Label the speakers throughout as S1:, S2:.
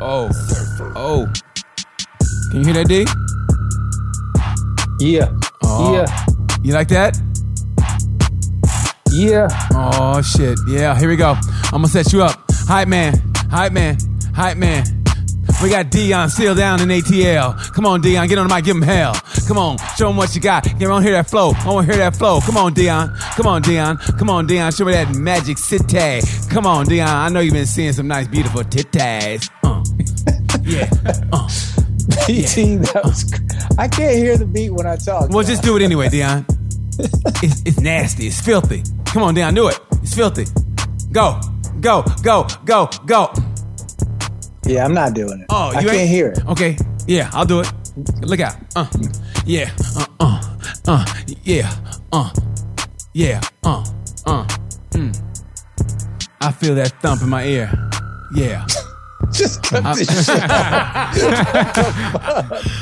S1: Oh, oh. Can you hear that, D?
S2: Yeah.
S1: Oh.
S2: Yeah.
S1: You like that?
S2: Yeah.
S1: Oh shit. Yeah, here we go. I'm gonna set you up. Hype man, hype man, hype man. We got Dion still down in ATL. Come on, Dion, get on the mic, give him hell. Come on, show him what you got. Get on, hear that flow. I want to hear that flow. Come on, Dion. Come on, Dion. Come on, Dion. Show me that magic city. Come on, Dion. I know you've been seeing some nice, beautiful titties. Uh. Yeah. Uh.
S2: BT, that was. cr- I can't hear the beat when I talk.
S1: Well, just do it anyway, Dion. It's, it's nasty. It's filthy. Come on, Dion, do it. It's filthy. Go, go, go, go, go.
S2: yeah, I'm not doing it.
S1: Oh, you
S2: I can't
S1: ain't-
S2: hear it.
S1: Okay, yeah, I'll do it. Look out. Uh, yeah. Uh, uh, uh, yeah. Uh, yeah. Uh, uh. mm. I feel that thump in my ear. Yeah.
S2: Just cut
S1: Uh,
S2: this shit.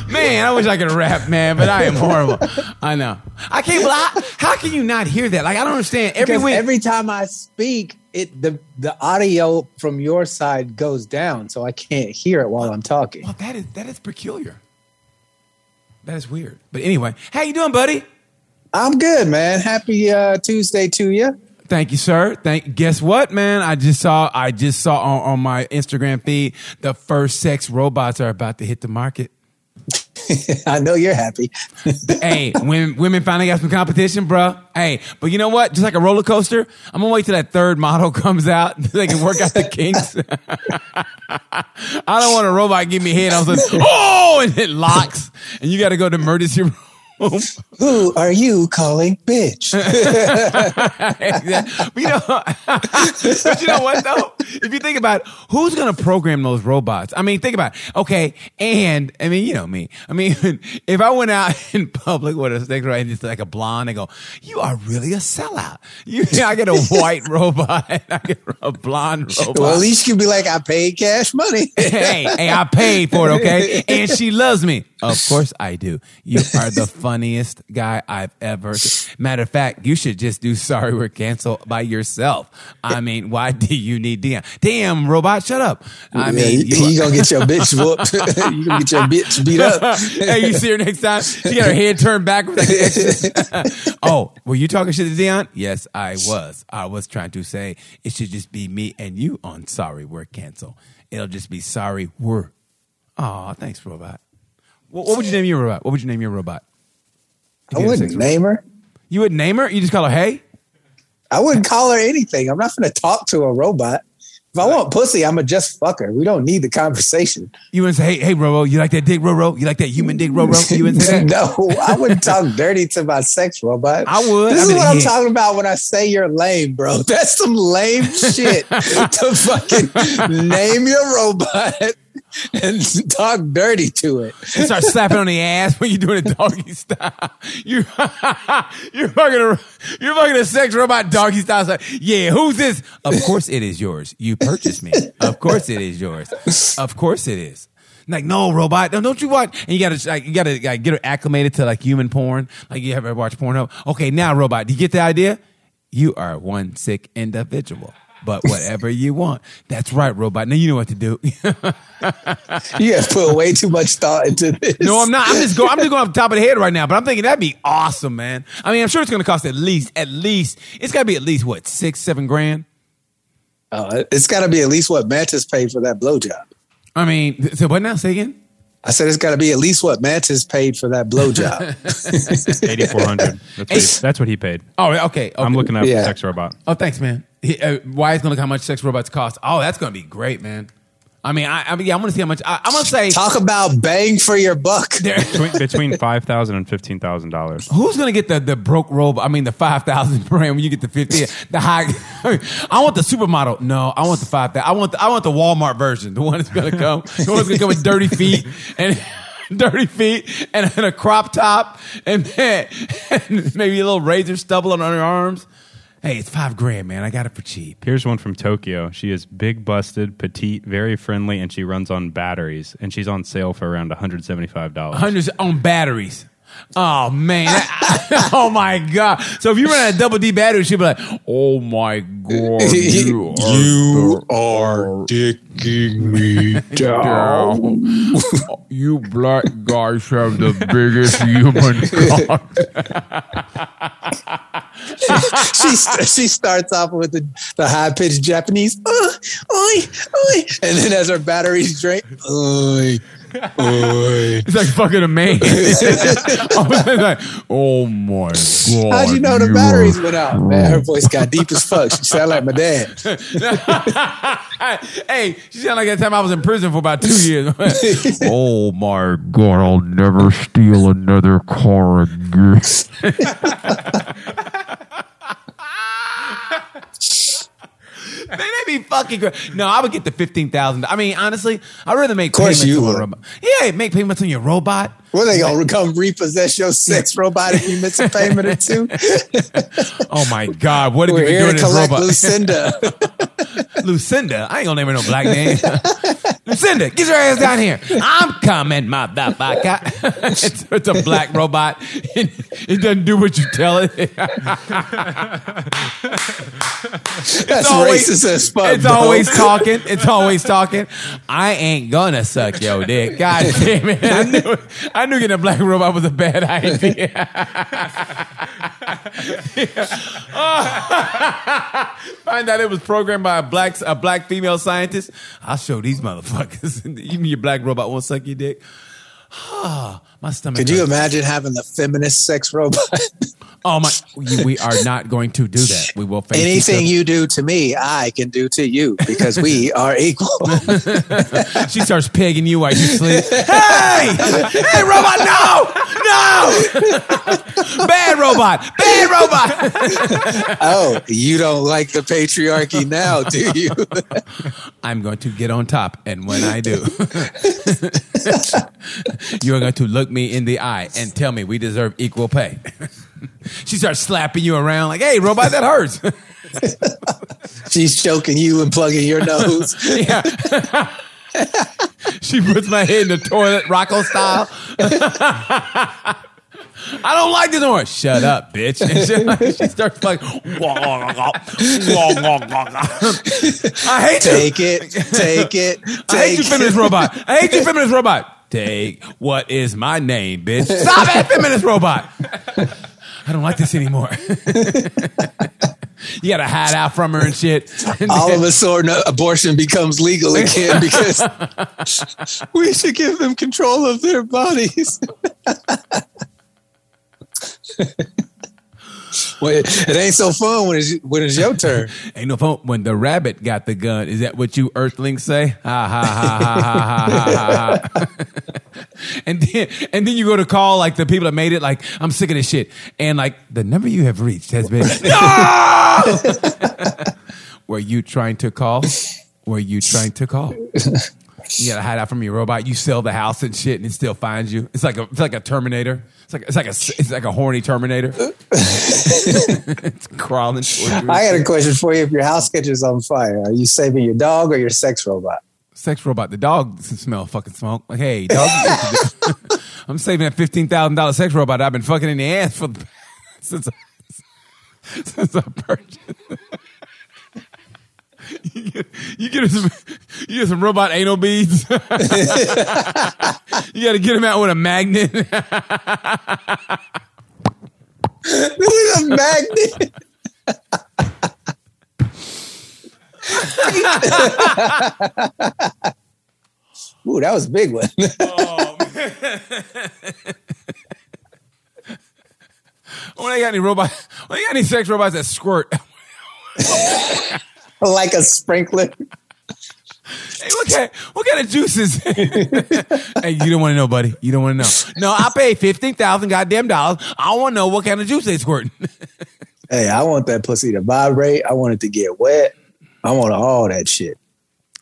S1: Man, I wish I could rap, man, but I am horrible. I know. I can't. bel- I, how can you not hear that? Like I don't understand. Every
S2: Because
S1: week,
S2: every time I speak, it the the audio from your side goes down, so I can't hear it while I'm talking.
S1: Well, that is that is peculiar. That is weird. But anyway, how you doing, buddy?
S2: I'm good, man. Happy uh, Tuesday to you.
S1: Thank you, sir. Thank. Guess what, man? I just saw. I just saw on, on my Instagram feed the first sex robots are about to hit the market.
S2: I know you're happy.
S1: hey, women, women finally got some competition, bruh. Hey, but you know what? Just like a roller coaster, I'm gonna wait till that third model comes out. so they can work out the kinks. I don't want a robot give me head. I was like, oh, and it locks, and you got to go to emergency room.
S2: Who are you calling bitch?
S1: Exactly. but, you know, but you know what though? If you think about it, who's gonna program those robots? I mean, think about it. Okay, and I mean, you know me. I mean, if I went out in public with a sticker and just like a blonde, I go, "You are really a sellout." You, I get a white robot, I get a blonde robot.
S2: well, at least you'd be like, I paid cash money.
S1: hey, hey, I paid for it, okay? And she loves me. Of course I do. You are the funniest guy I've ever. Matter of fact, you should just do sorry we're canceled by yourself. I mean, why do you need Dion? Damn, robot, shut up. I mean,
S2: you,
S1: you,
S2: gonna get your bitch whooped. you gonna get your bitch beat up.
S1: hey, you see her next time. She got her head turned backwards. Like an exorcist. oh, were you talking shit to Dion? Yes, I was. I was trying to say it should just be me and you on Sorry We're Canceled. It'll just be Sorry We're. Aw, thanks, robot. What, what would you name your robot? What would you name your robot?
S2: I wouldn't name her.
S1: You would name her? You just call her Hey?
S2: I wouldn't call her anything. I'm not gonna talk to a robot. If I want pussy, I'ma just fuck her. We don't need the conversation.
S1: You wouldn't say, hey, hey, Roro, you like that dick, Roro? You like that human dick, Roro? You wouldn't say that?
S2: no, I wouldn't talk dirty to my sex robot.
S1: I would.
S2: This
S1: I
S2: is
S1: mean,
S2: what I'm
S1: yeah.
S2: talking about when I say you're lame, bro. That's some lame shit to fucking name your robot and talk dirty to it.
S1: and start slapping on the ass when you're doing a doggy style. You, you're fucking a, you're fucking a sex robot doggy style. It's like, yeah, who's this? Of course it is yours. You purchased me. Of course it is yours. Of course it is. Like no robot, no, don't you watch? And you gotta, like, you gotta like, get her acclimated to like human porn. Like you ever watch Pornhub? Okay, now robot, do you get the idea? You are one sick individual. But whatever you want, that's right, robot. Now you know what to do.
S2: You have put way too much thought into this.
S1: No, I'm not. I'm just going. I'm just going off the top of the head right now. But I'm thinking that'd be awesome, man. I mean, I'm sure it's going to cost at least, at least, it's got to be at least what six, seven grand.
S2: Uh, it's got to be at least what Mantis paid for that blowjob.
S1: I mean, so what now? Say again.
S2: I said it's got to be at least what Mantis paid for that blowjob.
S3: 8400 that's, what he- that's what he paid
S1: Oh, okay. okay.
S3: i'm looking up
S2: Yeah.
S3: sex robot
S1: Oh, thanks, man. He- uh, why it's going to look how much sex robots cost? Oh, that's going to be great, man. I mean, I, I mean, yeah, I'm going to see how much. I, I'm going to say
S2: Talk about bang for your buck.
S1: there.
S3: between, between 5000 and 15000 dollars
S1: Who's gonna get the, the broke robe? I mean, the five thousand brand when you get the fifty, the high. I want the supermodel. No, I want the five thousand. I want the, I want the Walmart version, the one that's gonna come, the one that's gonna come with dirty feet and dirty feet and, and a crop top and, man, and maybe a little razor stubble on her arms. Hey, it's five grand, man. I got it for cheap.
S3: here's one from tokyo she is big busted petite very friendly and she runs on batteries and she's on sale for around 175 dollars
S1: Hundreds on batteries. Oh man! oh my god! So if you run out of double D battery, she'd be like, "Oh my god, you are,
S2: You are dicking me down.
S1: down. you black guys have the biggest human cock."
S2: she st- she starts off with the, the high pitched Japanese, "Uh, oi, oi," and then as her batteries drain, "Uh, oi, oi.
S1: It's like fucking a man. like, oh my god!
S2: How'd you know the
S1: are-
S2: batteries went out? Man, her voice got deep as fuck. She sounded like my dad.
S1: hey, she sounded like that time I was in prison for about two years. oh my god, I'll never steal another car again. Man, they be fucking great. No, I would get the fifteen thousand. I mean, honestly, I'd rather make of
S2: course
S1: payments
S2: you
S1: on
S2: would.
S1: a robot. Yeah, make payments on your robot.
S2: Were they gonna come repossess your sex robot if you miss a payment or two?
S1: Oh my god, what have
S2: We're
S1: you been doing
S2: here to
S1: to this
S2: collect
S1: robot?
S2: Lucinda.
S1: Lucinda. I ain't gonna name her no black name. Lucinda, get your ass down here. I'm coming, motherfucker. it's, it's a black robot. It, it doesn't do what you tell it. It's
S2: That's racist as fuck.
S1: It's
S2: bro.
S1: always talking. It's always talking. I ain't gonna suck your dick. God damn it. I knew, I knew getting a black robot was a bad idea. Find out it was programmed by a black a black female scientist. I'll show these motherfuckers. Even your black robot won't suck your dick. my stomach.
S2: Could you
S1: hurts.
S2: imagine having the feminist sex robot?
S1: Oh my! We we are not going to do that. We will face each
S2: Anything
S1: other.
S2: you do to me, I can do to you because we are equal.
S1: She starts pegging you while you sleep. Hey! Hey, robot, no! No! Bad robot! Bad robot!
S2: oh, you don't like the patriarchy now, do you?
S1: I'm going to get on top, and when I do, you are going to look me in the eye and tell me we deserve equal pay. She starts slapping you around like, hey, robot, that hurts.
S2: She's choking you and plugging your nose.
S1: Yeah. she puts my head in the toilet, Rocco style. I don't like this noise. Shut up, bitch. And she, she starts like, I hate you.
S2: Take it, take it,
S1: I hate you,
S2: take it.
S1: feminist robot. I hate you, feminist robot. Take what is my name, bitch. Stop it, feminist robot. I don't like this anymore. you gotta hide out from her and shit.
S2: All of a sudden, abortion becomes legal again because we should give them control of their bodies. well, it, it ain't so fun when it's, when it's your turn.
S1: Ain't no fun when the rabbit got the gun. Is that what you earthlings say? Ha ha ha ha ha ha ha. ha. and then and then you go to call like the people that made it. Like I'm sick of this shit. And like the number you have reached has been. No! Were you trying to call? Were you trying to call? You gotta hide out from your robot. You sell the house and shit, and it still finds you. It's like a it's like a Terminator. It's like it's like a it's like a horny Terminator. it's crawling. towards you.
S2: I got a question for you. If your house catches on fire, are you saving your dog or your sex robot?
S1: sex robot. The dog doesn't smell fucking smoke. Like, hey, dog. I'm saving that fifteen thousand dollar sex robot I've been fucking in the ass for the, since I, since I purchased. You get, you get her some, you get some robot anal beads. you got to get them out with a magnet.
S2: This is a magnet. Ooh, that was a big one.
S1: when I got any robot, when I got any sex robots that squirt. Hey,
S2: like a sprinkler.
S1: what kind, what kind of juices? hey, you don't want to know, buddy. You don't want to know. No, I paid fifteen thousand goddamn dollars. I want to know what kind of juice they squirting.
S2: Hey, I want that pussy to vibrate. I want it to get wet. I want all that shit.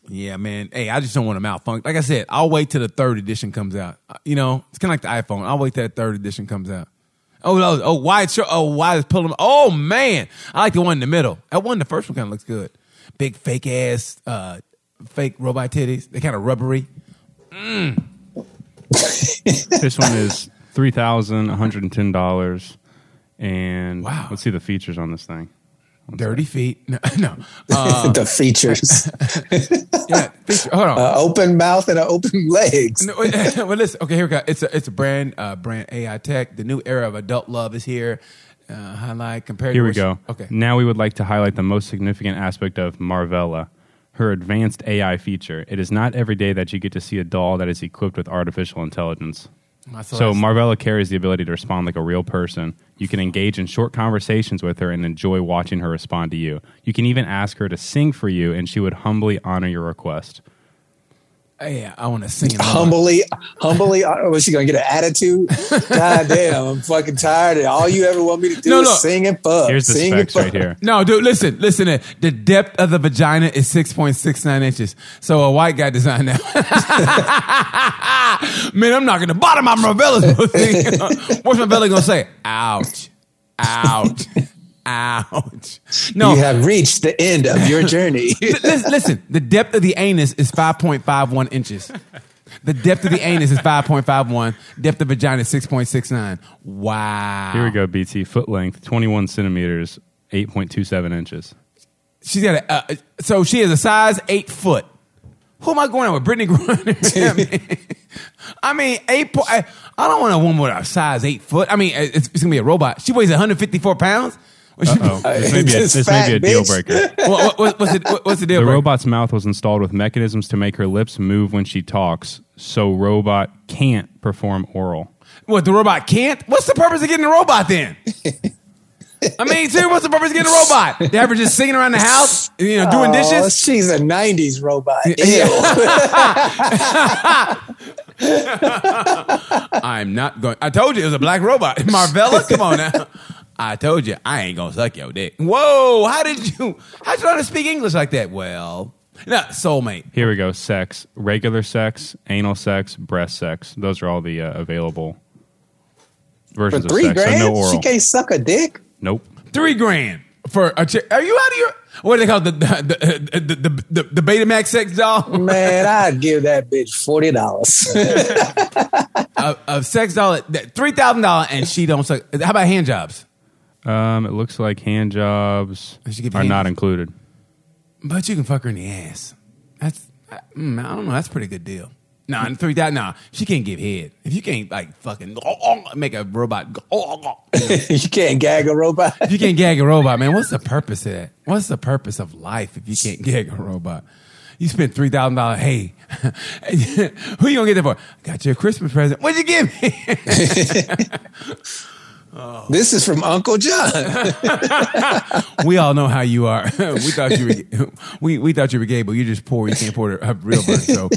S1: Yeah, man. Hey, I just don't want to malfunction. Like I said, I'll wait till the third edition comes out. Uh, You know, it's kind of like the iPhone. I'll wait till that third edition comes out. Oh, no. oh, why it's oh, why it's pulling? Oh man, I like the one in the middle. That one, the first one, kind of looks good. Big fake ass, uh, fake robot titties. They kind of rubbery.
S3: This one is three thousand one hundred and ten dollars. And
S1: Wow.
S3: let's see the features on this thing.
S1: Dirty feet. No, no. Uh,
S2: the features,
S1: yeah. feature- Hold on.
S2: uh, open mouth and uh, open legs.
S1: No, wait, well, listen. Okay, here we go. It's a it's a brand uh, brand AI tech. The new era of adult love is here. Uh, highlight compared.
S3: Here
S1: to
S3: we
S1: what-
S3: go. Mm.
S1: Okay.
S3: Now we would like to highlight the most significant aspect of Marvella, her advanced AI feature. It is not every day that you get to see a doll that is equipped with artificial intelligence.
S1: I saw
S3: So
S1: that.
S3: Marvella carries the ability to respond like a real person. You can engage in short conversations with her and enjoy watching her respond to you. You can even ask her to sing for you, and she would humbly honor your request.
S1: yeah, I want to sing. it.
S2: Humbly, humbly, uh, was she gonna get an attitude? God damn, I'm fucking tired. of All you ever want me to do
S1: No,
S2: is
S1: no.
S2: sing and fuck.
S3: Here's the
S2: sing and
S3: specs
S2: fuck.
S3: right here.
S1: No, dude, listen, listen. in. The depth of the vagina is six point six nine inches. So a white guy designed that. Man, I'm knocking the bottom of my bella's pussy. What's my belly gonna say? Ouch, ouch, ouch. No,
S2: You have reached the end of your journey.
S1: listen, listen, the depth of the anus is 5.51 inches. The depth of the anus is 5.51. Depth of vagina is 6.69. Wow.
S3: Here we go, BT. Foot length, 21 centimeters, 8.27 inches.
S1: She's got a, uh, so she is a size eight foot. Who am I going out with? Brittany Griner. I mean, I mean, eight po- I, I don't want a woman with a size eight foot. I mean, it's, it's going to be a robot. She weighs 154 pounds. When she-
S3: Oh, this may be a,
S2: This
S3: this may be
S2: fat
S3: a deal
S2: bitch.
S3: breaker.
S1: what, what, what's, the, what, what's the deal?
S3: The
S1: bro?
S3: robot's mouth was installed with mechanisms to make her lips move when she talks, so robot can't perform oral.
S1: What the robot can't? What's the purpose of getting a robot then? I mean, seriously, what's the purpose of getting a robot? They have her just singing around the house, you know, doing
S2: Oh,
S1: dishes.
S2: she's a '90s robot. Ew.
S1: I'm not going. I told you it was a black robot, Marvella. Come on now. I told you I ain't gonna suck your dick. Whoa! How did you? How'd you learn to speak English like that? Well, no, soulmate.
S3: Here we go. Sex, regular sex, anal sex, breast sex. Those are all the uh, available
S2: For
S3: versions of
S2: three
S3: sex.
S2: grand,
S3: So no
S2: she
S3: oral.
S2: can't suck a dick.
S3: Nope.
S1: Three grand for a chick. Are you out of your? What do they call the the the the, the, the, the Betamax sex doll?
S2: Man, I'd give that bitch forty dollars.
S1: of, of sex doll, three thousand dollar, and she don't suck. How about hand jobs?
S3: Um, it looks like hand jobs
S1: Does she give
S3: are
S1: hand
S3: not
S1: jobs?
S3: included.
S1: But you can fuck her in the ass. That's I, mm, I don't know. That's a pretty good deal. No, nah, three thousand. Nah, she can't give head. If you can't like fucking make a robot,
S2: you can't gag a robot.
S1: if you can't gag a robot, man, what's the purpose of that? What's the purpose of life if you can't gag a robot? You spent three thousand dollars. Hey, who you gonna get that for? Got you a Christmas present. What'd you give me?
S2: This is from Uncle John.
S1: we all know how you are. we thought you were we, we thought you were gay, but you're just poor. You can't afford a, a real bird. So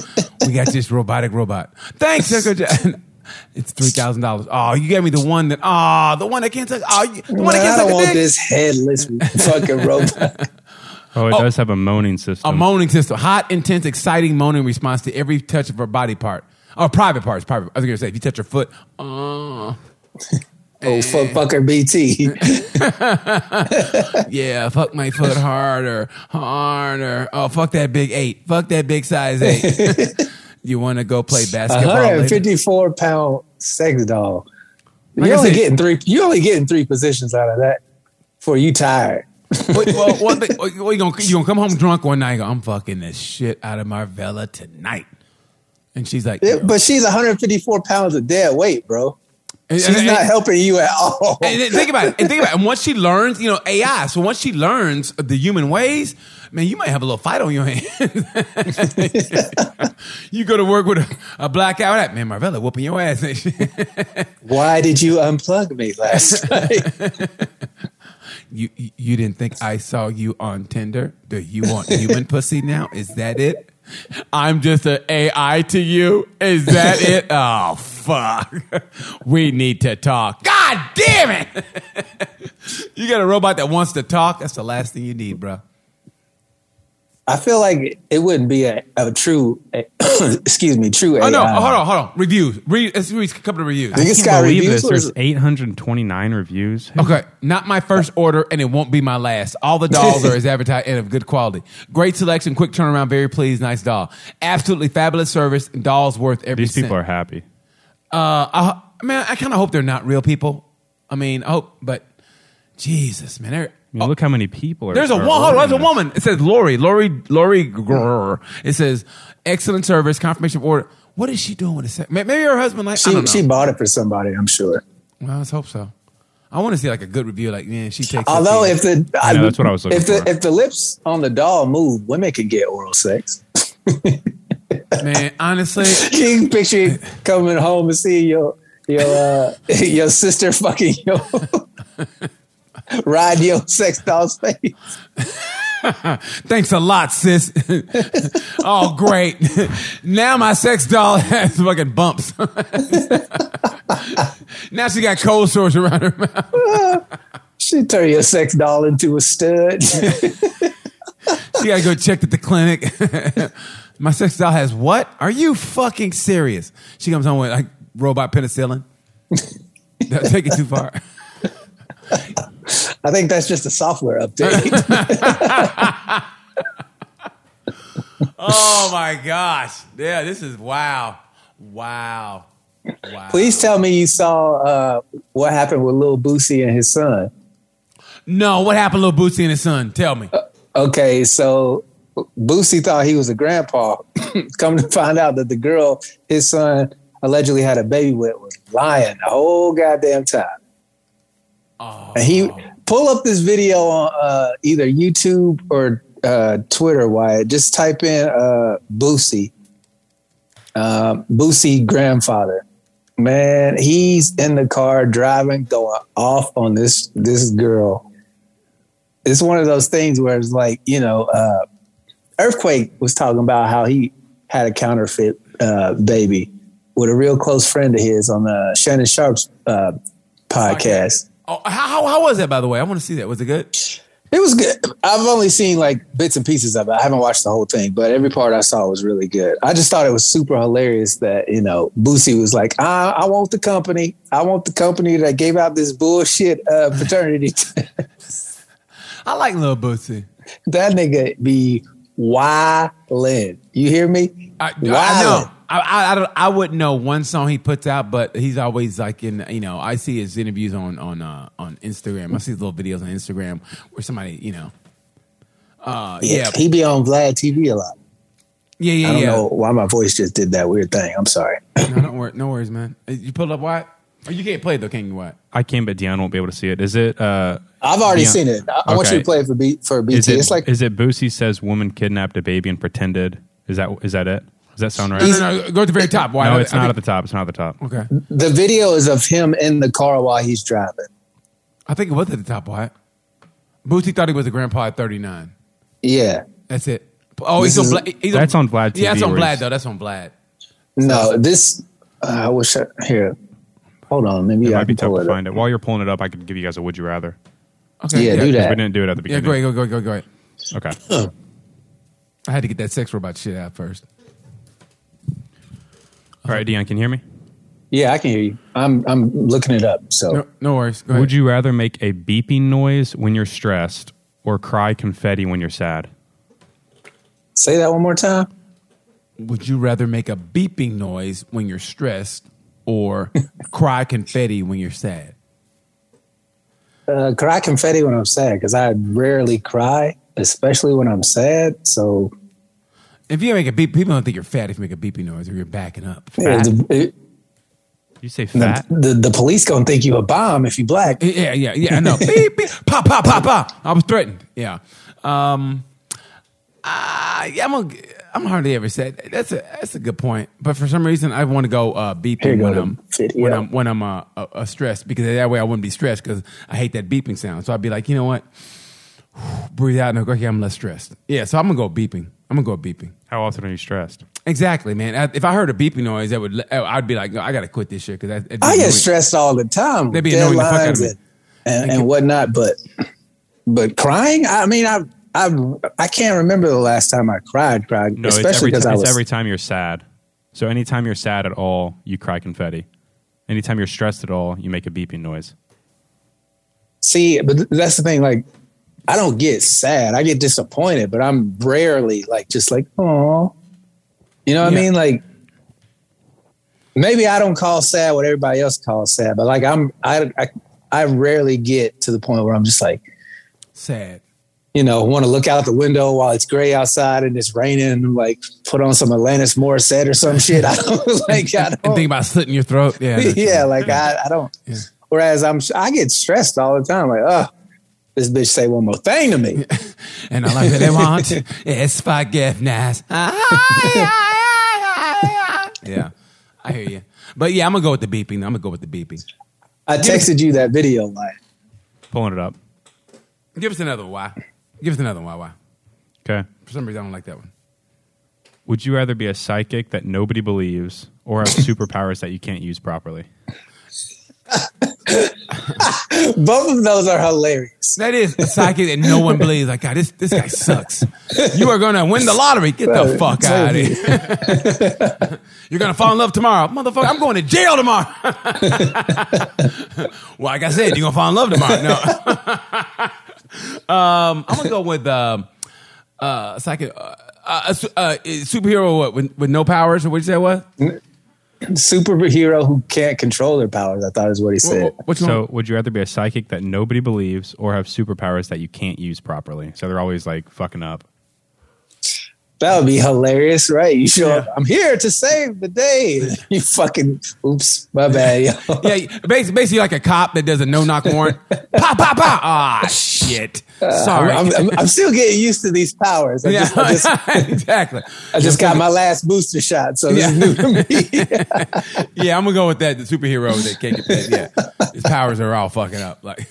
S1: we got this robotic robot. Thanks, Uncle John. It's three thousand dollars. Oh, you gave me the one that oh the one that can't suck. Oh, you, the one that
S2: Man, I
S1: can't
S2: don't
S1: suck a
S2: want
S1: dick.
S2: this headless fucking robot.
S3: Oh, it does have a moaning system.
S1: A moaning system, hot, intense, exciting moaning response to every touch of her body part. Oh, private parts. Private. I was gonna say if you touch her foot. Oh,
S2: Oh, fuck, fucker BT.
S1: yeah, fuck my foot harder, harder. Oh, fuck that big eight. Fuck that big size eight. you want to go play basketball? later?
S2: 154 pound sex doll.
S1: Like I
S2: You're only
S1: said-
S2: getting three. You only getting three positions out of that. For you tired.
S1: Wait, well, one thing, well, you gonna you gonna come home drunk one night? and go, I'm fucking the shit out of Marvella tonight, and she's like,
S2: Yeah,
S1: "Yo."
S2: but she's 154 pounds of dead weight, bro.
S1: And-
S2: She's
S1: and-
S2: not
S1: and-
S2: helping you at all.
S1: And then think about it. And think about it. And once she learns, you know, AI. So once she learns the human ways, man, you might have a little fight on your hands. you go to work with a, a black out at man, Marvella whooping your ass. ain't she?
S2: Why did you unplug me last night?
S1: you you- you didn't think I saw you on Tinder? Do you want human pussy now? Is that it? I'm just an AI to you. Is that it? Oh fuck. We need to talk. God damn it! you got a robot that wants to talk. That's the last thing you need, bro.
S2: I feel like it wouldn't be a, a true, excuse me, true AI.
S1: Oh no! hold on, hold on. Reviews. Re- let's read a couple of reviews.
S2: Think it's got
S3: believe
S2: reviews.
S3: this.
S2: or Oh, is
S3: There's
S2: it-
S3: 829 reviews.
S1: Okay, not my first order, and it won't be my last. All the dolls are as advertised and of good quality. Great selection, quick turnaround, very pleased, nice doll. Absolutely fabulous service, and dolls worth every
S3: These
S1: cent.
S3: people are happy.
S1: Uh, I, Man, I kind of hope they're not real people. I mean, I hope, but Jesus, man. they're-
S3: I mean, look how many people are.
S1: There's a
S3: are
S1: one. Hold on,
S3: ordering
S1: there's a
S3: this.
S1: woman. It says Lori, Lori, Lori. Grr. It says excellent service, confirmation of order. What is she doing with a sec? may- Maybe her husband like. I
S2: She
S1: don't
S2: she
S1: know.
S2: bought it for somebody, I'm sure.
S1: Well, let's hope so. I want to see like a good review. Like, man, she takes.
S2: Although
S1: it-
S2: if the
S3: I know, that's what I was looking
S2: if the
S3: for.
S2: if the lips on the doll move, women could get oral sex.
S1: man, honestly,
S2: Can you picture you coming home and seeing your your uh, your sister fucking your ride your sex doll's face?
S1: thanks a lot, sis. oh, great. now my sex doll has fucking bumps. now she got cold sores around her mouth.
S2: She turn your sex doll into a stud.
S1: She got to go checked at the clinic. My sex doll has what? Are you fucking serious? She comes home with like robot penicillin. Don't take it too far.
S2: I think that's just a software update.
S1: Oh my gosh. Yeah, this is wow. Wow. Wow.
S2: Please tell me you saw uh, what happened with Lil Boosie and his son.
S1: No, what happened, little Bootsy and his son? Tell me.
S2: Okay, so Boosie thought he was a grandpa. Come to find out that the girl his son allegedly had a baby with was lying the whole goddamn time.
S1: Oh.
S2: And he pull up this video on uh, either YouTube or uh, Twitter. Wyatt, just type in uh, Boosie, um, Boosie grandfather. Man, he's in the car driving, going off on this this girl it's one of those things where it's like you know uh, earthquake was talking about how he had a counterfeit uh, baby with a real close friend of his on the shannon sharp's uh, podcast
S1: Oh, how, how, how was that, by the way? I want to see that. Was it good?
S2: it was good i've only seen like bits and pieces of it i haven't watched the whole thing but every part i saw was really good i just thought it was super hilarious that you know boosie was like i, I want the company i want the company that gave out this bullshit uh, paternity
S1: I like little Bootsy.
S2: that nigga be wildin'. You hear me?
S1: I, I know. I, I, I, don't, I wouldn't know one song he puts out, but he's always like in you know. I see his interviews on on uh, on Instagram. I see his little videos on Instagram where somebody you know. Uh, yeah,
S2: Yeah, he be on Vlad TV a lot.
S1: yeah, yeah,
S2: I don't
S1: yeah.
S2: know why my voice just did that weird thing. I'm sorry.
S1: No, don't worry, no worries, man. Uh, You pulled up what? Or you can't play it though, can you? What?
S3: I can, but Dion won't be able to see it. Is it? Uh,
S2: I've already
S3: Yeah.
S2: seen it. I, I want
S3: Okay.
S2: you to play it for B, for BT.
S3: is it?
S2: it's like
S3: is it? Boosie says woman kidnapped a baby and pretended. Is that? Is that it? Does that sound right?
S1: No, no, no. Go to the very top. Why?
S3: No, it's not at the top. It's not at the top.
S1: okay,
S2: the video is of him in the car while he's driving.
S1: I think it was at the top. Why? Bootsy thought he was a grandpa at thirty nine.
S2: Yeah.
S1: That's it. Oh,
S2: This
S1: he's on.
S2: is-
S1: Bla- he's
S3: That's on Vlad
S1: Yeah, that's
S3: TV
S1: on
S3: where
S1: Vlad
S3: he's-
S1: though. That's on Vlad.
S2: No, this. Uh, I wish I here. Hold on, maybe
S3: It
S2: I
S3: might
S2: can
S3: be tough
S2: pull
S3: to
S2: it. Up.
S3: find it. While you're pulling it up, I could give you guys a would you rather.
S1: Okay,
S2: Yeah, do
S3: 'Cause
S2: that.
S3: We didn't do it at the
S1: Yeah,
S3: beginning.
S1: go ahead, go, go, go, go ahead.
S3: Okay.
S1: I had to get that sex robot shit out first.
S3: All right, Dion, can you hear me?
S2: Yeah, I can hear you. I'm I'm looking it up. So
S1: No, no worries. Go
S3: Would
S1: ahead.
S3: you rather make a beeping noise when you're stressed or cry confetti when you're sad?
S2: say that one more time.
S1: Would you rather make a beeping noise when you're stressed or cry confetti when you're sad?
S2: Uh, cry confetti when I'm sad because I rarely cry, especially when I'm sad. So
S1: If you make a beep, people don't think you're fat if you make a beeping noise or you're backing up.
S2: Yeah, the, it-
S3: You say
S2: the,
S3: fat?
S2: the, the police gonna think you a bomb if you black.
S1: Yeah, yeah, yeah. I know. beep, beep, pop, pop, pop, pop. I was threatened. Yeah. Um, uh, yeah, I'm. A, I'm hardly ever sad. That's a that's a good point. But for some reason, I want to go uh,
S2: Here
S1: beeping
S2: you go
S1: when
S2: to
S1: I'm,
S2: video.
S1: when I'm when I'm uh, uh, uh, stressed because that way I wouldn't be stressed because I hate that beeping sound. So I'd be like, you know what? Breathe out and go. Okay, I'm less stressed. Yeah. So I'm gonna go beeping. I'm gonna go beeping.
S3: How often are you stressed?
S1: Exactly, man. I, if I heard a beeping noise, that would le- I'd be like, no, I gotta quit this shit because
S2: I get stressed all the time.
S1: They
S2: with
S1: be annoying the fuck out of
S2: deadlines
S1: me.
S2: and, and, and whatnot, but but crying. I mean, I I I can't remember the last time I cried. Cried,
S3: No, it's,
S2: especially
S3: every,
S2: because
S3: ti-
S2: I
S3: it's
S2: was.
S3: every time you're sad. So anytime you're sad at all, you cry confetti. Anytime you're stressed at all, you make a beeping noise.
S2: see, but th- that's the thing. Like, I don't get sad. I get disappointed, but I'm rarely like just like oh, you know what
S1: Yeah.
S2: I mean? Like, maybe I don't call sad what everybody else calls sad, but like I'm, I, I, I rarely get to the point where I'm just like,
S1: Sad.
S2: you know, want to look out the window while it's gray outside and it's raining and like put on some Alanis Morissette or some shit. I don't like, I
S1: And think
S2: don't,
S1: about slitting your throat. Yeah. that's-
S2: Oh. yeah, like I, I don't.
S1: Yeah.
S2: Whereas I'm, I get stressed all the time. Like, oh, this bitch say one more thing to me.
S1: And all I really want is forgiveness. yeah. I hear you. But yeah, I'm going to go with the beeping. I'm going to go with the beeping.
S2: I texted you that video, like,
S3: Pulling it up.
S1: Give us another why. Give us another why. Why?
S3: Okay.
S1: For some reason, I don't like that one.
S3: Would you rather be a psychic that nobody believes or have superpowers that you can't use properly?
S2: both of those are hilarious.
S1: That is a psychic that no one believes. Like, God, this, this guy sucks. You are going to win the lottery. Get the fuck out of here. You're going to fall in love tomorrow. Motherfucker, I'm going to jail tomorrow. well, like I said, you're going to fall in love tomorrow. No. um, I'm going to go with um, uh, psychic. Uh, uh, a su- uh, is superhero what, with, with no powers or what you say what?
S2: Superhero who can't control their powers. I thought is what he said.
S1: Which one?
S3: So, would you rather be a psychic that nobody believes or have superpowers that you can't use properly? So they're always like fucking up.
S2: That would be hilarious, right? You show up. I'm here to save the day. You fucking oops, my bad. Yo.
S1: Yeah, basically, basically like a cop that does a no knock warrant. Pop, pop, pop. Ah, shit. Sorry.
S2: Uh, I'm, I'm, I'm still getting used to these powers. I just, I just,
S1: yeah, exactly.
S2: I just got my last booster shot, so this is new to me.
S1: Yeah, I'm gonna go with that. The superhero that can't get that. Yeah, his powers are all fucking up. Like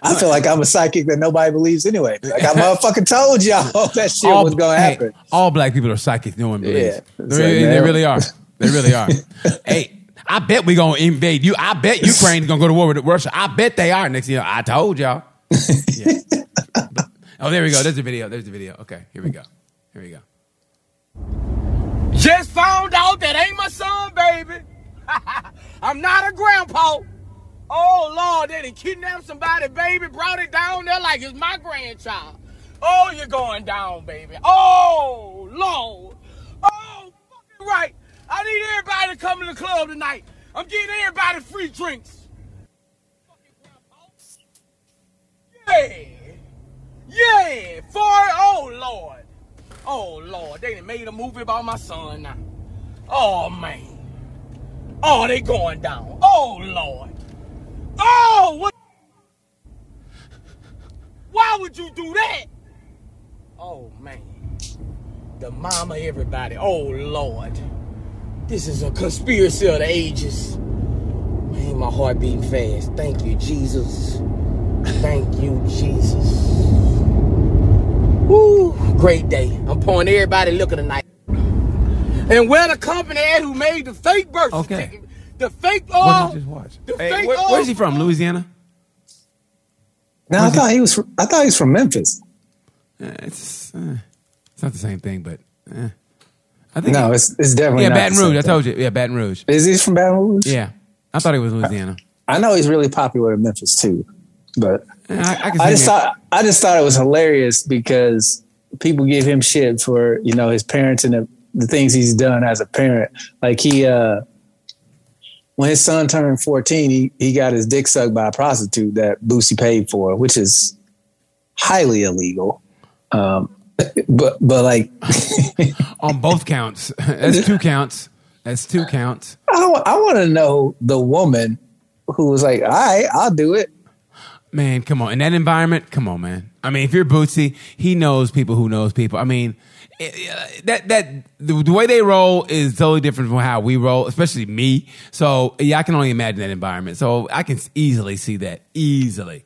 S2: I feel like I'm a psychic that nobody believes anyway. Like I motherfucking told y'all that shit was gonna
S1: hey,
S2: happen.
S1: all black people are psychic. No one believes.
S2: Yeah.
S1: They,
S2: So
S1: really, they
S2: now-
S1: really are. They really are. hey. I bet we're gonna invade you. I bet Ukraine's gonna go to war with Russia. I bet they are. Next thing you know, I told y'all. Yeah. oh, there we go. There's the video. There's the video. Okay, here we go. Here we go.
S4: Just found out that ain't my son, baby. I'm not a grandpa. Oh Lord, they done kidnapped somebody, baby, brought it down there like it's my grandchild. Oh, you're going down, baby. Oh Lord. Oh, fucking right. I need everybody to come to the club tonight. I'm getting everybody free drinks. Fucking grandpa. Yeah. Yeah, for oh Lord. Oh Lord, they done made a movie about my son now. Oh man. Oh, they going down. Oh Lord. Oh what Why would you do that? Oh man. The mama everybody. Oh Lord. This is a conspiracy of the ages. Man, my heart beating fast. Thank you, Jesus. Thank you, Jesus. Woo, great day. I'm pouring everybody looking tonight. And where the company at who made the fake birth
S1: Okay.
S4: certificate? The fake
S1: What
S4: oil.
S1: did you just watch?
S4: The
S1: Oh! Hey,
S4: fake uh,
S1: where- oh!
S4: oil.
S1: where's he from? Louisiana.
S2: No, I thought he was. From, I thought he was from Memphis.
S1: Uh, it's uh, it's not the same thing, but eh. I think
S2: No, it's it's definitely
S1: yeah,
S2: not
S1: Baton
S2: the same
S1: Rouge. I
S2: thing.
S1: told you, yeah, Baton Rouge.
S2: Is he from Baton Rouge?
S1: Yeah, I thought it was Louisiana.
S2: I know he's really popular in Memphis too, but
S1: Eh, I, I can see
S2: I just
S1: him.
S2: thought I just thought it was hilarious because people give him shit for you know his parents and the, the things he's done as a parent. Like he, uh when his son turned fourteen, he he got his dick sucked by a prostitute that Boosie paid for, which is highly illegal. Um, but but like
S1: on both counts. That's two counts. That's two counts.
S2: I I want to know the woman who was like, all right, I'll do it.
S1: Man, come on. In that environment, come on, man. I mean, if you're Bootsy, he knows people who knows people. I mean, it- it- that that the, the way they roll is totally different from how we roll, especially me. So yeah, I can only imagine that environment. So I can easily see that easily.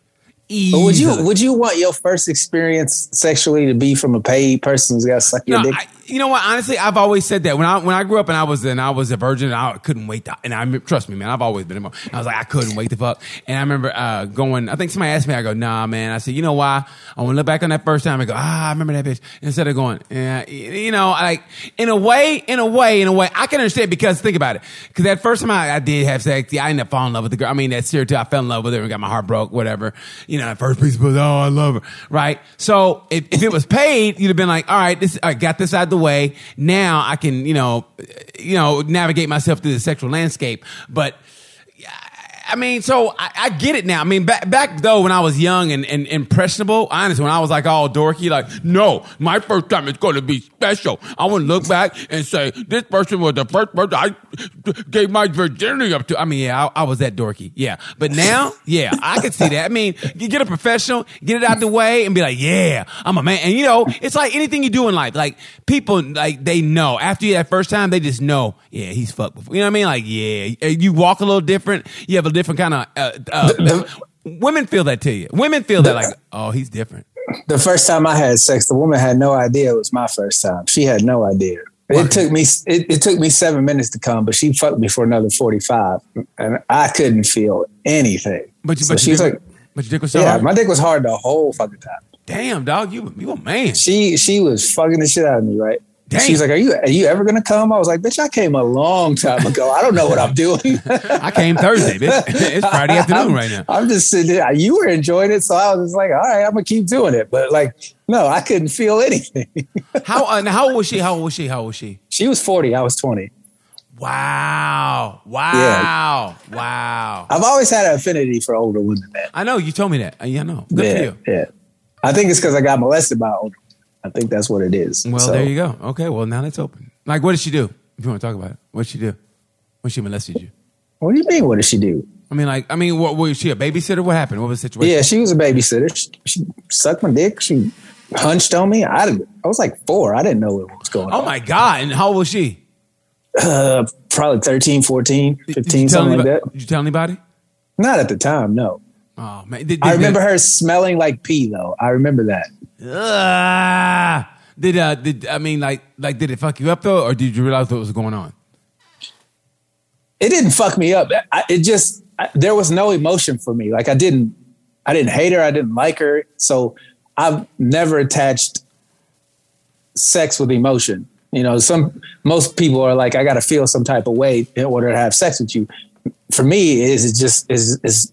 S1: Easily.
S2: But would you would you want your first experience sexually to be from a paid person who's got to suck your
S1: No,
S2: dick?
S1: I, you know what? Honestly, I've always said that when I when I grew up and I was and I was a virgin, and I couldn't wait. To, and I remember- trust me, man, I've always been. a mo- I was like, I couldn't wait to fuck. And I remember uh, going. I think somebody asked me. I go, Nah, man. I said, You know why? I want to look back on that first time and go, Ah, I remember that bitch. Instead of going, Yeah, y- you know, like in a way, in a way, in a way, I can understand because think about it. Because that first time I, I did have sex, yeah, I ended up falling in love with the girl. I mean, that seriously, I fell in love with her and got my heart broke, whatever. You know, at first piece was, oh, I love her, right? So if, if it was paid, you'd have been like, all right, this, I got this out the other way. Now I can, you know, you know, navigate myself through the sexual landscape. But I mean, so I, I get it now. I mean, back back though when I was young and, and impressionable, honestly, when I was like all dorky, like, no, my first time is going to be special. I want to look back and say this person was the first person I gave my virginity up to. I mean, yeah, I, I was that dorky, yeah. But now, yeah, I could see that. I mean, you get a professional, get it out the way, and be like, yeah, I'm a man. And you know, it's like anything you do in life. Like people, like they know after you that first time, they just know, yeah, he's fucked before. You know what I mean? Like, yeah, you walk a little different. You have a different kind of. Uh, uh, women feel that to you. Women feel that like, oh, he's different.
S2: The first time I had sex, the woman had no idea it was my first time. She had no idea. It took me it, it took me seven minutes to come, but she fucked me for another forty five, and I couldn't feel anything.
S1: But you,
S2: So
S1: but you
S2: she's
S1: dick,
S2: like,
S1: but your dick was so
S2: yeah,
S1: hard.
S2: my dick was hard the whole fucking time.
S1: Damn, dog, you you a man.
S2: She she was fucking the shit out of me, right?
S1: Dang.
S2: She's like, "Are you are you ever gonna come?" I was like, "Bitch, I came a long time ago. I don't know what I'm doing."
S1: I came Thursday, bitch. it's Friday afternoon right now.
S2: I'm just sitting there. You were enjoying it, so I was just like, "All right, I'm gonna keep doing it." But like, no, I couldn't feel anything.
S1: How uh, how old was she? How old was she? How old was she?
S2: she was 40, I was 20.
S1: Wow! Wow! Wow!
S2: I've always had an affinity for older women, man.
S1: I know you told me that. Uh, Yeah, I know. Good for
S2: yeah,
S1: you.
S2: yeah. I think it's because I got molested by older. women. I think that's what it is.
S1: Well, there you go. Okay, well now that's open. Like, what did she do? If you want to talk about it, what did she do? When she molested you?
S2: What do you mean? What did she do?
S1: I mean, like, I mean, what was she a babysitter? What happened? What was the situation?
S2: Yeah, she was a babysitter. She, she sucked my dick. She hunched on me. I didn't- I was like four. I didn't know what was going
S1: Oh
S2: on. Uh,
S1: my god! And how old was she?
S2: Probably 13, 14,
S1: Did- did
S2: 15,
S1: you tell
S2: something like
S1: anybody-
S2: that.
S1: Did you tell anybody?
S2: Not at the time, no.
S1: Oh man! Did, did,
S2: I remember her smelling like pee, though. I remember that.
S1: Did, Ugh. did uh? Did I mean like like did it fuck you up though, or did you realize what was going on?
S2: It didn't fuck me up. I, it just I, there was no emotion for me. Like I didn't, I didn't hate her. I didn't like her. So I've never attached sex with emotion. You know, some most people are like, I got to feel some type of way in order to have sex with you. For me, is it just is is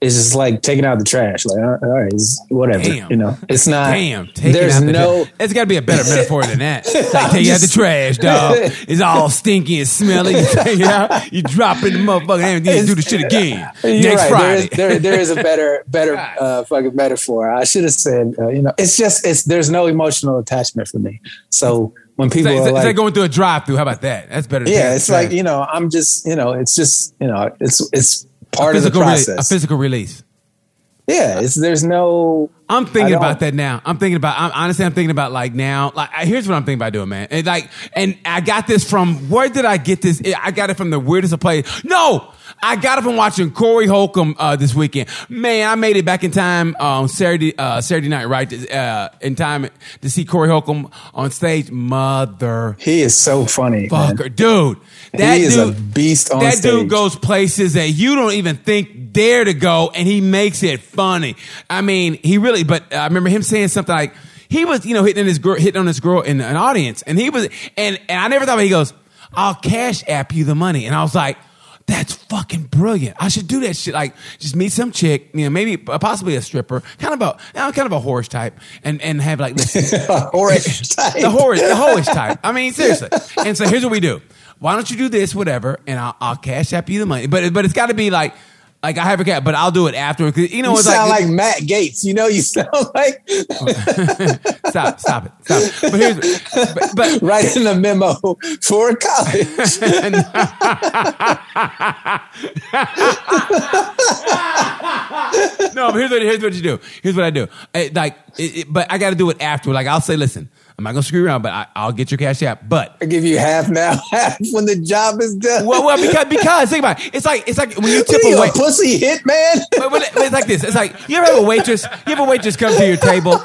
S2: it's just like taking out the trash. Like all all right, it's whatever.
S1: Damn.
S2: You know, it's not.
S1: Damn, take
S2: there's
S1: it out the
S2: no.
S1: tra- it's got to be a better metaphor than that. It's like take it out the
S2: just-
S1: trash, dog. It's all stinky and smelly. You take it out, you drop it in the motherfucker, and you do the shit again
S2: You're
S1: next
S2: right.
S1: Friday.
S2: There is, there, there is a better, better uh, fucking metaphor. I should have said, uh, you know, it's just it's there's no emotional attachment for me. So when
S1: it's,
S2: people
S1: like, it's
S2: are
S1: like- it's
S2: like,
S1: like going through a drive-through. How about that? That's better. than
S2: yeah,
S1: that.
S2: it's like you know, I'm just you know, it's just you know, it's it's part of the
S1: physical release, a
S2: process.
S1: physical release.
S2: yeah, it's there's no.
S1: I'm
S2: I
S1: thinking
S2: don't-
S1: about that now. I'm thinking about. I'm honestly, I'm thinking about like now. Like, I- here's what I'm thinking about doing, man. And like, and I got this from where did I get this? I- I got it from the weirdest of places. No, I got it from watching Corey Holcomb uh, this weekend. Man, I made it back in time on Saturday uh, Saturday night, right? Uh, in time to see Corey Holcomb on stage. Mother
S2: He is so funny. man.
S1: fucker, dude. That
S2: He is a
S1: dude,
S2: beast on
S1: That dude
S2: stage.
S1: goes places that you don't even think dare to go, and he makes it funny. I mean, he really. But I remember him saying something like, he was, you know, hitting on his girl, hitting on his girl in an audience, and he was, and and I never thought about. it. He goes, "I'll cash app you the money," and I was like. That's fucking brilliant. I should do that shit. Like, just meet some chick, you know, maybe uh, possibly a stripper, kind of a uh, kind of a horse type, and and have like, listen,
S2: Or it's tight.
S1: the whore, the whorish type. I mean, seriously. And so here's what we do. Why don't you do this, whatever, and I'll, I'll cash app you the money. But but it's got to be like like I have a cat, but I'll do it after. 'Cause, you know,
S2: You
S1: it's
S2: sound
S1: like,
S2: like Matt Gates. You know, you sound like
S1: stop, stop it, stop. It. But here's but, but
S2: writing a memo for college.
S1: no, but here's what here's what you do. Here's what I do. It, like, it, it- but I got to do it after. Like I'll say, listen, I'm not gonna screw around, but I, I'll get your cash app. But
S2: I give you half now, half when the job is done.
S1: well, well, because because think about it. It's like it's like when you tip
S2: What are you,
S1: away.
S2: a pussy hit man?
S1: but, but it's like this. It's like you ever have a waitress. You ever waitress come to your table.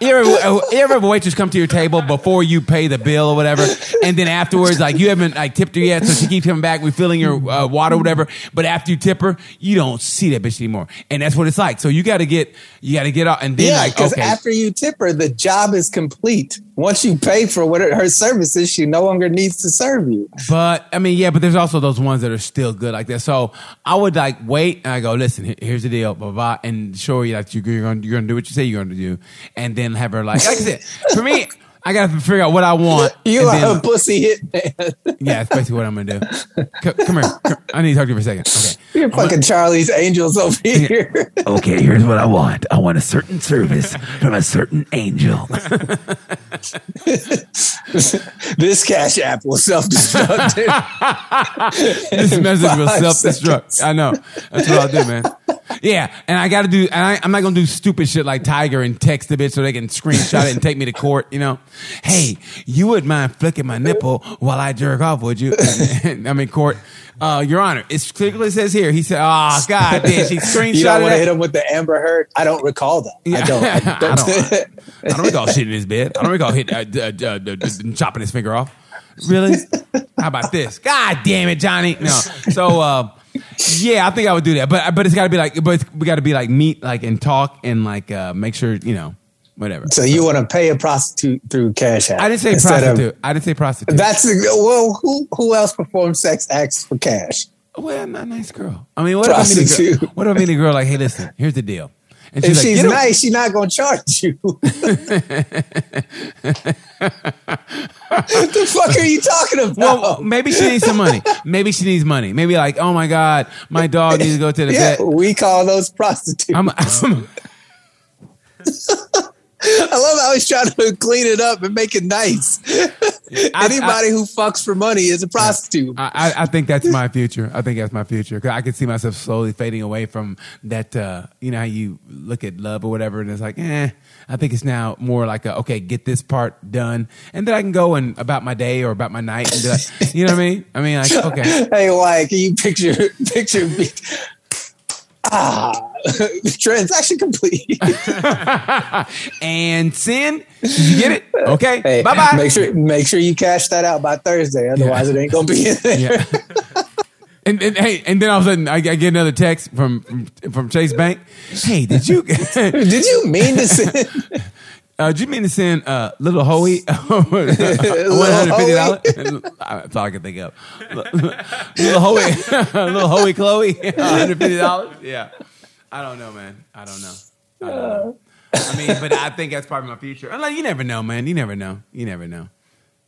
S1: You ever you ever have a waitress come to your table before you pay the bill or whatever, and then afterwards, like you haven't like tipped her yet, so she keeps coming back, refilling your uh, water, or whatever. But after you tip her, you don't see that bitch anymore, and that's what it's like. So you got to get you got to get out, and then
S2: yeah,
S1: like
S2: because
S1: okay,
S2: after you tip her, the job is complete. Once you pay for what her, her services, she no longer needs to serve you.
S1: But I mean, yeah, but there's also those ones that are still good like that. So I would like wait and I go, listen, here- here's the deal, blah blah, and show you that you- you're gonna you're gonna do what you say you're gonna do, and then have her like like I said for me. I gotta figure out what I want. and
S2: You are
S1: then-
S2: a pussy hitman.
S1: yeah, that's basically what I'm gonna do. Co- come here. Come- I need to talk to you for a second. Okay.
S2: You're fucking Charlie's Angels over here.
S1: Okay, here's what I want. I want a certain service from a certain angel.
S2: this Cash App will self destruct.
S1: this message will
S2: Five
S1: self destruct. I know. That's what I'll do, man. Yeah, and I got to do, and I, I'm not gonna do stupid shit like Tiger and text the bitch so they can screenshot it and take me to court. You know, hey, you wouldn't mind flicking my nipple while I jerk off, would you? I'm in court, uh, Your Honor. It clearly says here. He said, "Oh God, damn, she screenshot
S2: you don't want to
S1: it."
S2: hit him with the Amber Heard? I don't recall that. I don't. I
S1: I
S2: don't.
S1: I don't recall shitting his bed. I don't recall hit, uh, uh, uh, uh, uh, chopping his finger off. Really? How about this? God damn it, Johnny! No. So, uh, yeah, I think I would do that. But but it's got to be like, but it's- we got to be like meet, like and talk, and like uh, make sure you know whatever.
S2: so you want to pay a prostitute through Cash App?
S1: I didn't say
S2: instead of-
S1: prostitute. I didn't say prostitute.
S2: that's well. Who who else performs sex acts for cash?
S1: well, I'm not a nice girl. I mean, what if I meet a girl?
S2: Prostitute.
S1: What if I meet a girl like, hey, listen, here's the deal. And
S2: If
S1: like,
S2: she's
S1: "Get a-
S2: nice, she's not going to charge you. what the fuck are you talking about?
S1: Well, maybe she needs some money. Maybe she needs money. Maybe like, oh my god, my dog needs to go to the
S2: yeah,
S1: vet.
S2: we call those prostitutes.
S1: I'm, I'm
S2: I love how he's trying to clean it up and make it nice. Anybody who fucks for money is a prostitute.
S1: I, I- I think that's my future. I think that's my future 'Cause I could see myself slowly fading away from that. Uh, you know how you look at love or whatever, and it's like, eh. I think it's now more like, a, okay, get this part done, and then I can go and about my day or about my night, and be like, you know what I mean? I mean, like, okay,
S2: hey, why can you picture picture me? Ah, transaction complete.
S1: and sin, did you get it? Okay,
S2: Hey,
S1: bye bye.
S2: Make sure make sure you cash that out by Thursday, otherwise
S1: Yeah.
S2: it ain't gonna be in there.
S1: Yeah. And, and hey, and then all of a sudden, I, I get another text from from, from Chase Bank. Hey, did you uh,
S2: Did you mean to send?
S1: did you mean to send uh, little Hoey one hundred fifty dollars? That's all I can think of. little Hoey, little Hoey Chloe, one hundred fifty dollars. Yeah, I don't know, man. I don't know. I don't know. I mean, but I think that's probably my future. And like, you never know, man. You never know. You never know.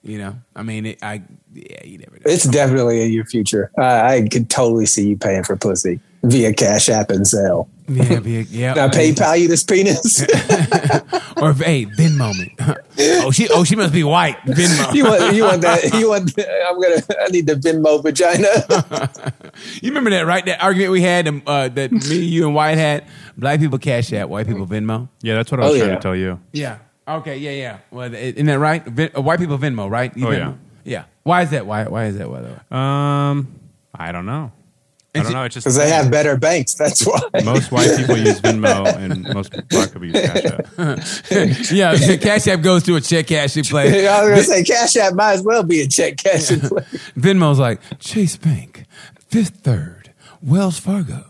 S1: You know. I mean, it, I yeah, you never know.
S2: It's definitely in your future. I, I could totally see you paying for pussy via Cash App and Zelle.
S1: yeah, be- yeah.
S2: Now PayPal you this penis.
S1: Or if, hey, Venmo me. oh, she oh she must be white. Venmo. You,
S2: you want you want that? You want? I'm gonna. I need the Venmo vagina.
S1: remember that right? That argument we had um, uh, that me, you, and White had. Black people cash that. White people Venmo.
S3: Yeah, that's what I was
S2: Oh,
S3: trying
S2: yeah.
S3: to tell you.
S1: Yeah. Okay. Yeah. Yeah. Well, i- isn't that right? Ven- uh, white people Venmo, right? You
S3: Oh, yeah.
S1: Venmo? Yeah. Why is that? Why? Why is that? Why? though?
S3: Um, I don't know. I
S1: It's-
S3: don't know. It's just
S2: Because they have better banks. That's why.
S3: most white people use Venmo and most black people use Cash App.
S1: yeah. The cash app goes to a check cashing place.
S2: I was gonna say Cash App might as well be a check cash. and play.
S1: Venmo's like Chase Bank, Fifth Third, Wells Fargo.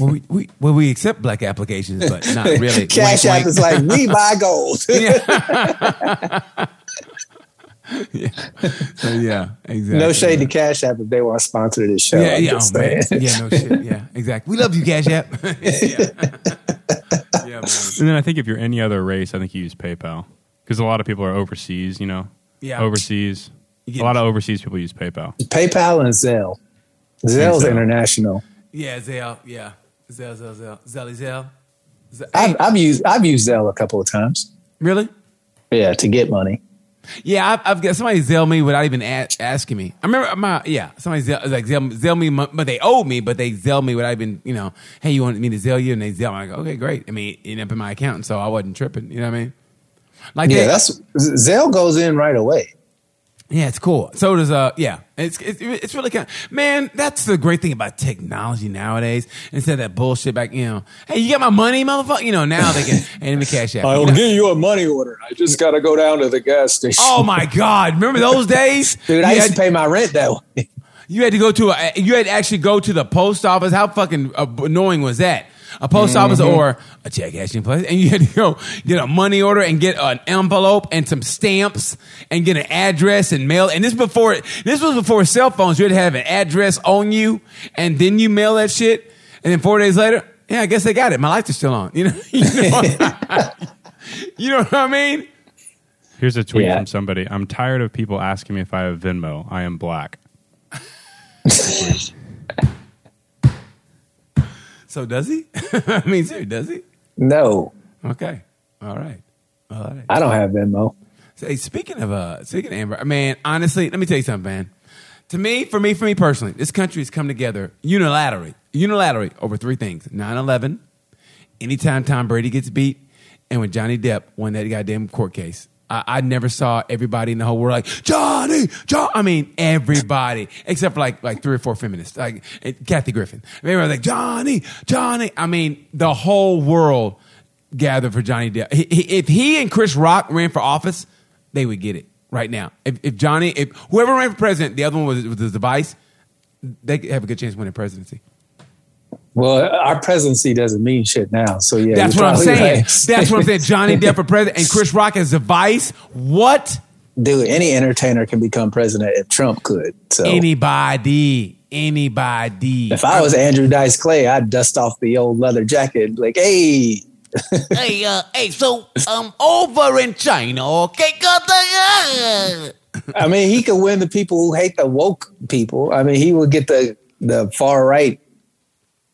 S1: Well, we, we well we accept black applications, but not really.
S2: Cash
S1: Wink,
S2: App
S1: wink.
S2: is like we buy gold.
S1: yeah. yeah. So yeah, exactly.
S2: no shade to Cash App if they want to sponsor this show.
S1: Yeah,
S2: I'm
S1: yeah,
S2: just
S1: oh, man.
S2: saying.
S1: yeah, no shit. Yeah, exactly. We love you, Cash App. yeah. yeah, man.
S3: And then I think if you're any other race, I think you use PayPal because a lot of people are overseas. You know,
S1: Yeah.
S3: overseas.
S1: get-
S3: A lot of overseas people use PayPal.
S2: PayPal and Zelle. Zelle's
S3: Zelle.
S2: international.
S1: Yeah, Zell. Yeah, Zell, Zell, Zell, Zelly, Zell. Zell.
S2: I've,
S1: Hey,
S2: I've used I've used Zelle a couple of times.
S1: really?
S2: Yeah, to get money.
S1: Yeah, I've, I've got somebody Zell me without even a- asking me. I remember my yeah, somebody Zell like Zell, Zell me, mon- but they owe me, but they Zell me without even you know, hey, you want me to Zell you, and they Zell. me. I go, okay, great. I mean, it ended up in my account, so I wasn't tripping. You know what I mean? Like
S2: Yeah,
S1: they-
S2: that's Zelle goes in right away.
S1: Yeah, it's cool. So does uh, yeah, it's it's, it's really kind. Of, man, that's the great thing about technology nowadays. Instead of that bullshit back, you know, hey, you got my money, motherfucker. You know, now they can and even cash out. You know?
S2: give you a money order. I just got to go down to the gas station.
S1: Oh my god! Remember those days,
S2: dude, I
S1: You
S2: used
S1: had,
S2: to pay my rent that way.
S1: you had to go to a, you had to actually go to the post office. How fucking annoying was that? A post office or a check cashing place, and you had to go get a money order and get an envelope and some stamps and get an address and mail. And this before this was before cell phones. You had to have an address on you, and then you mail that shit. And then four days later, yeah, I guess they got it. My lights are still on. You know, you know, you know what I mean?
S3: Here's a tweet
S2: Yeah.
S3: from somebody. I'm tired of people asking me if I have Venmo. I am black.
S1: So does he? I mean, seriously, does he?
S2: No,
S1: Okay. All right. All right.
S2: I don't have Venmo.
S1: Hey, speaking of uh, speaking of Amber, man, honestly, let me tell you something, man. To me, for me, for me personally, this country has come together unilaterally, unilaterally over three things: 9-11, anytime Tom Brady gets beat, and when Johnny Depp won that goddamn court case. I, I never saw everybody in the whole world like Johnny, John. I mean, everybody except for like like three or four feminists, like and Kathy Griffin. Everybody was like Johnny, Johnny. I mean, the whole world gathered for Johnny Depp. He, he, if he and Chris Rock ran for office, they would get it right now. If, if Johnny, if whoever ran for president, the other one was, was his vice, they could have a good chance of winning presidency.
S2: Well, our presidency doesn't mean shit now. So yeah,
S1: That's
S2: you're
S1: what I'm
S2: probably
S1: saying.
S2: right.
S1: That's what I'm saying. Johnny Depp for president and Chris Rock as the vice. What?
S2: Dude, any entertainer can become president if Trump could. So
S1: Anybody. Anybody.
S2: Oh. if I was Andrew Dice Clay, I'd dust off the old leather jacket, and be like, hey,
S1: hey, uh, hey, so I'm over in China, okay?
S2: I mean, he could win the people who hate the woke people. I mean, he would get the the far right,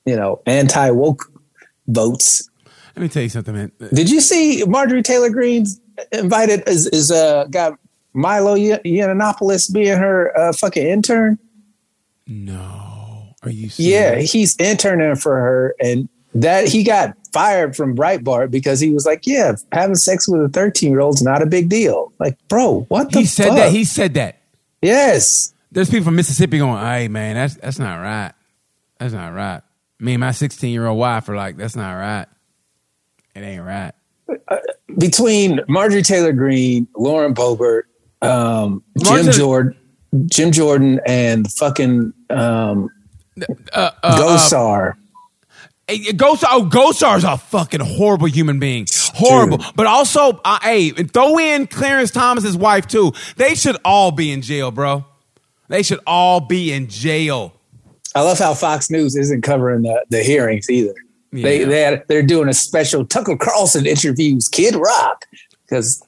S2: you know, anti woke votes.
S1: Let me tell you something, man.
S2: Did you see Marjorie Taylor Greene's invited is is uh got Milo Yi- Yiannopoulos being her uh, fucking intern?
S1: No. Are you
S2: Yeah,
S1: serious?
S2: he's interning for her, and that he got fired from Breitbart because he was like, "Yeah, having sex with a thirteen year old's not a big deal." Like, bro, what the
S1: He said
S2: fuck?
S1: that. He said that.
S2: yes,
S1: There's people from Mississippi going, hey, man, that's, that's not right. That's not right. Me and my 16 year old wife are like, that's not right. It ain't right.
S2: between Marjorie Taylor Greene, Lauren Boebert, um, Jim
S1: Marjorie-
S2: Jordan, Jim Jordan, and fucking um, Gosar.
S1: Hey, Gosar, oh, Gosar's a fucking horrible human being. Horrible.
S2: Dude.
S1: But also, uh, hey, and throw in Clarence Thomas's wife, too. They should all be in jail, bro. They should all be in jail.
S2: I love how Fox News isn't covering the, the hearings either. They
S1: Yeah.
S2: they had, they're doing a special Tucker Carlson interviews Kid Rock because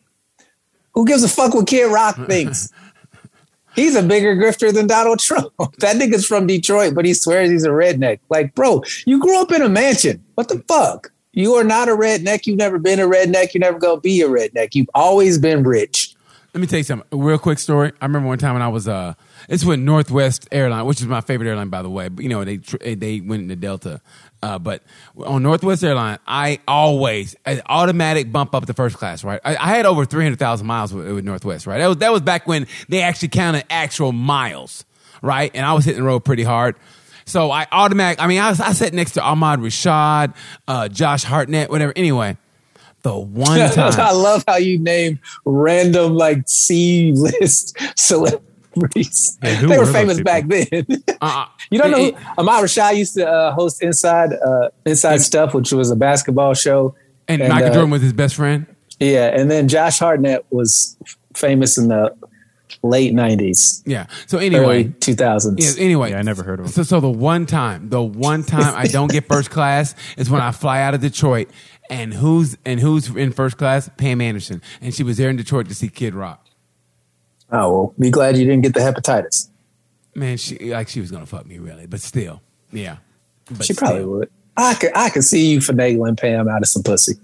S2: who gives a fuck what Kid Rock thinks? He's a bigger grifter than Donald Trump. That nigga's from Detroit, but he swears he's a redneck. Like, bro, you grew up in a mansion. What the fuck? You are not a redneck. You've never been a redneck. You're never gonna be a redneck. You've always been rich.
S1: Let me tell you something. A real quick story. I remember one time when I was uh, it's with Northwest Airline, which is my favorite airline by the way. But you know they tr- they went into Delta, uh, but on Northwest Airline, I always an automatic bump up to first class. Right, I, I had over three hundred thousand miles with, with Northwest. Right, that was that was back when they actually counted actual miles. Right, and I was hitting the road pretty hard. So I automatic. I mean, I, was, I sat next to Ahmad Rashad, uh, Josh Hartnett, whatever. Anyway, the one time uh,
S2: I love how you name random like C list celebrities.
S3: Hey, who
S2: they
S3: were
S2: were
S3: those
S2: famous
S3: people?
S2: back then.
S1: Uh-uh.
S2: You don't know
S1: It-
S2: who, Ahmad Rashad used to uh, host Inside uh, Inside Stuff, which was a basketball show.
S1: and,
S2: And,
S1: Michael
S2: uh,
S1: Jordan was his best friend.
S2: Yeah, and then Josh Hartnett was f- famous in the late '90s,
S1: Yeah. So
S2: early
S1: anyway,
S2: 2000s.
S1: yeah, anyway,
S3: Yeah, I never heard of him.
S1: So, so the one time, the one time I don't get first class is when I fly out of Detroit, and who's and who's in first class? Pam Anderson, and she was there in Detroit to see Kid Rock.
S2: Oh well, be glad you didn't get the hepatitis.
S1: Man, she like she was gonna fuck me really, but still, yeah. But
S2: She probably
S1: still.
S2: would. I could, I could see you finagling Pam out of some pussy.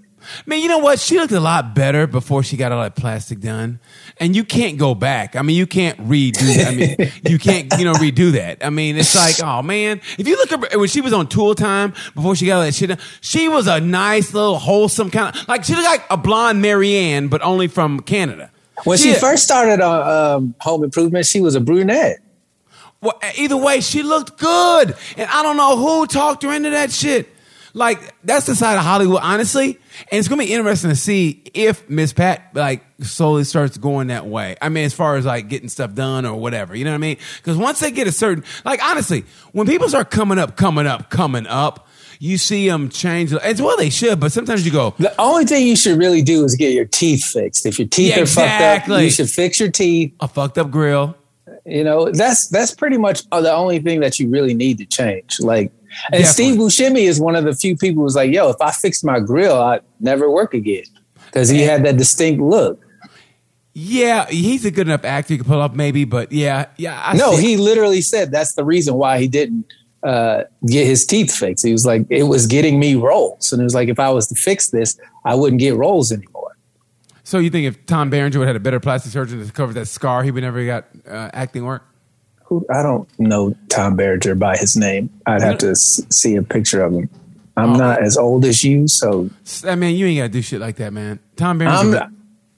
S1: Man, you know what? She looked a lot better before she got all that plastic done. And you can't go back. I mean, you can't redo that. I mean, you can't, you know, redo that. I mean, it's like, oh man. If you look at when she was on tool time before she got all that shit done, she was a nice little wholesome kind of like she looked like a blonde Marianne, but only from Canada.
S2: When she
S1: Shit.
S2: first started on um, Home Improvement, she was a brunette.
S1: Well, either way, she looked good, and I don't know who talked her into that shit. Like that's the side of Hollywood, honestly. And it's gonna be interesting to see if Miss Pat like slowly starts going that way. I mean, as far as like getting stuff done or whatever, you know what I mean? Because once they get a certain, like honestly, when people start coming up, coming up, coming up, you see them change. As well, they should, but sometimes you go,
S2: The only thing you should really do is get your teeth fixed. If your teeth
S1: Yeah,
S2: are fucked up,
S1: exactly.
S2: you should fix your teeth.
S1: a fucked up grill.
S2: You know, that's that's pretty much uh, the only thing that you really need to change. Like, and Steve
S1: Definitely.
S2: Buscemi is one of the few people who's like, "Yo, if I fixed my grill, I'd never work again," because he had that distinct look.
S1: yeah, he's a good enough actor. You can pull up maybe, but yeah, yeah. I
S2: No,
S1: see-
S2: he literally said that's the reason why he didn't uh, get his teeth fixed. He was like, it was getting me roles. And it was like, if I was to fix this, I wouldn't get roles anymore.
S1: So you think if Tom Berenger would have had a better plastic surgeon to cover that scar, he would never got uh, acting work?
S2: Who, I don't know Tom Berger by his name. I'd have to s- see a picture of him. I'm
S1: Oh.
S2: not as old as you, so
S1: S- I mean, you ain't gotta do shit like that, man. Tom
S2: I'm.
S1: Berenger.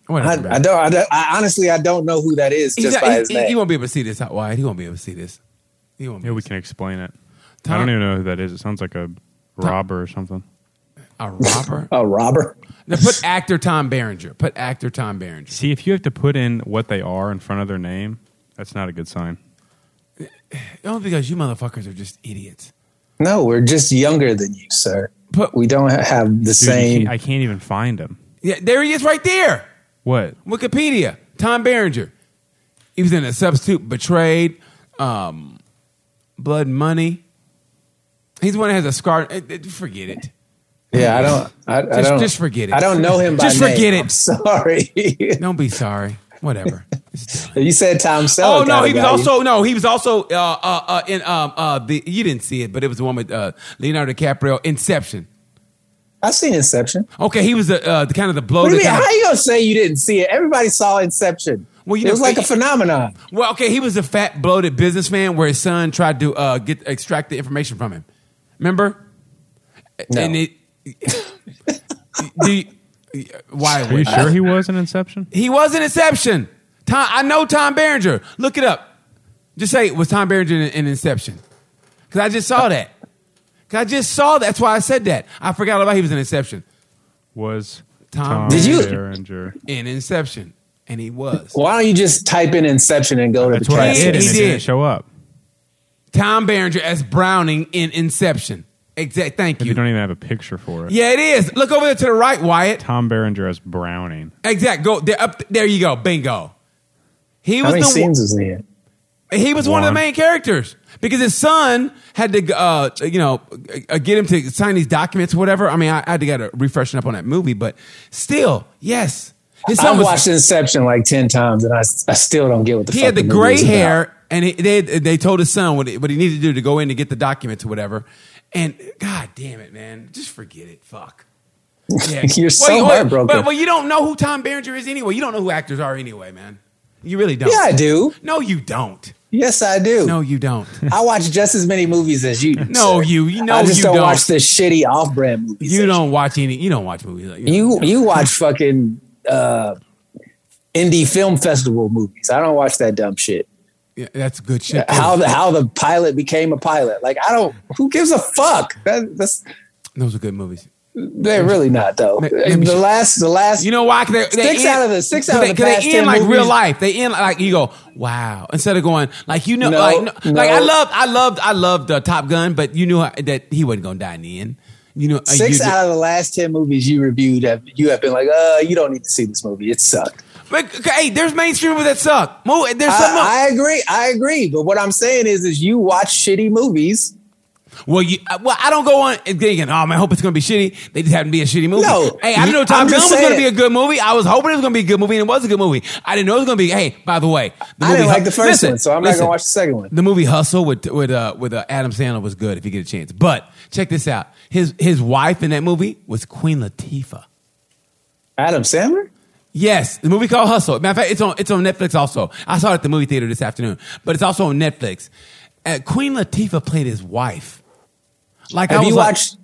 S1: Whatever.
S2: I,
S1: man.
S2: I don't. I, don't- I honestly, I don't know who that is.
S1: He's
S2: Just
S1: not-
S2: by
S1: he-
S2: his
S1: he,
S2: name.
S1: he won't be able to see this out wide. He won't be able to see this. He won't. Be
S3: Yeah,
S1: able
S3: we
S1: to
S3: can explain it. I
S1: Tom-
S3: don't even know who that is. It sounds like a robber or something.
S1: see- a robber.
S2: a robber.
S1: now put actor Tom Berenger. Put actor Tom Berenger.
S3: See, if you have to put in what they are in front of their name, that's not a good sign.
S1: Only because you motherfuckers are just idiots.
S2: No, we're just younger than you, sir.
S1: Put
S2: We don't ha- have the
S3: Dude, you
S2: same.
S3: can't- I can't even find him.
S1: yeah, there he is, right there.
S3: What?
S1: Wikipedia. Tom Berenger. He was in a substitute, betrayed, um, blood money. He's the one that has a scar. eh, eh, Forget it.
S2: yeah, I don't. I, I
S1: Just-
S2: don't.
S1: just forget it.
S2: I don't know him. By
S1: Just
S2: name.
S1: forget it.
S2: I'm sorry.
S1: Don't be sorry. Whatever. It's done.
S2: you said Tom Selleck.
S1: Oh no,
S2: I'd
S1: he was
S2: value-
S1: also no, he was also uh, uh, uh, in um, uh, the you didn't see it, but it was the one with uh, Leonardo DiCaprio, Inception.
S2: I've seen Inception.
S1: Okay, he was the uh, the kind of the blow.
S2: What do
S1: that
S2: you mean?
S1: kind
S2: How
S1: of-
S2: you gonna say you didn't see it? Everybody saw Inception.
S1: Well, you
S2: it
S1: know,
S2: was like a
S1: it-
S2: phenomenon.
S1: well, okay, he was a fat bloated businessman where his son tried to uh, get extract the information from him. Remember?
S2: No.
S1: And it, do you- why?
S3: Are you sure he was in Inception?
S1: He was in Inception. Tom, I know Tom Berenger. Look it up. Just say was Tom Berenger in, in Inception? Because I just saw that. Because I just saw that's why I said that. I forgot all about he was in Inception.
S3: Was
S1: Tom-
S3: Tom,
S2: Did you-
S3: Berenger?
S1: In Inception, and he was
S2: Why don't you just type in Inception and go to
S3: That's
S2: the
S3: what I
S1: He-
S2: cast?
S3: did, and
S1: he
S3: it
S1: did.
S3: didn't show up.
S1: Tom Berenger as Browning in Inception. Exact. Thank
S3: You, don't
S1: you.
S3: even have a picture for it.
S1: Yeah, it is. Look over there to the right, Wyatt.
S3: Tom Berenger as Browning.
S1: Exact. Go there. Up th- there. You go. Bingo. He
S2: How
S1: was
S2: many
S1: the one-
S2: scenes was he in?
S1: He was one, of the
S3: One.
S1: main characters because his son had to, uh, you know, uh, get him to sign these documents, or whatever. I mean, I, I had to get a refreshing up on that movie, but still, yes, his
S2: I
S1: son was.
S2: watched Inception like ten times, and I, I still don't get what the
S1: he
S2: fuck
S1: had the
S2: movie was
S1: gray
S2: about.
S1: hair, and he, they they told his son what he, what he needed to do to go in to get the documents or whatever. And God damn it, man, just forget it. Fuck. Yeah.
S2: You're so
S1: you-
S2: heartbroken.
S1: But, well, you don't know who Tom Berenger is anyway. You don't know who actors are anyway, man. You really don't.
S2: Yeah, I do.
S1: No, you don't.
S2: Yes, I do.
S1: No, you don't.
S2: I watch just as many movies as you. do,
S1: No,
S2: sir.
S1: you- you know
S2: I just
S1: you
S2: don't,
S1: don't.
S2: watch the shitty off-brand movies.
S1: You
S2: that
S1: don't watch any. You don't watch movies. Like,
S2: You you watch fucking uh, indie film festival movies. I don't watch that dumb shit.
S1: Yeah, that's good shit. too.
S2: How the how the pilot became a pilot. Like I don't. Who gives a fuck? That, that's
S1: Those are good movies.
S2: they're really not though.
S1: Let- let me-
S2: The last the last
S1: You know why? 'Cause They, they
S2: Six
S1: end-
S2: out of the- six
S1: 'cause
S2: out of
S1: they-
S2: the
S1: 'cause they
S2: past
S1: end
S2: 10
S1: like real
S2: movies-
S1: life. They end like you go, wow. Instead of going like you know,
S2: No,
S1: like, no- like
S2: no.
S1: I loved, I loved, I loved uh, Top Gun, but you knew how- that he wasn't gonna die in the end. You know, uh,
S2: six
S1: you,
S2: out of the last ten movies you reviewed have you have been like, uh, you don't need to see this movie. It sucked.
S1: But, hey, there's mainstream movies that suck. Mo- There's some.
S2: I, I agree. I agree. But what I'm saying is, is you watch shitty movies.
S1: well, you, uh, well, I don't go on thinking, oh man, I hope it's gonna be shitty. They just happen to be a shitty movie.
S2: No,
S1: hey, I didn't know
S2: I'm
S1: Top Gun
S2: just
S1: was gonna
S2: saying.
S1: be a good movie. I was hoping it was gonna be a good movie, and it was a good movie. I didn't know it was gonna be. Hey, by the way, the
S2: I didn't
S1: Hu-
S2: like the first
S1: Listen,
S2: one, so I'm not
S1: listen.
S2: gonna watch the second one.
S1: The movie Hustle with with uh, with uh, Adam Sandler was good if you get a chance. But check this out: his his wife in that movie was Queen Latifah.
S2: Adam Sandler.
S1: Yes, the movie called Hustle. Matter of fact, it's on it's on Netflix also. I saw it at the movie theater this afternoon, but it's also on Netflix. Uh, Queen Latifah played his wife. Like I
S2: Have
S1: was
S2: you
S1: like-
S2: watched?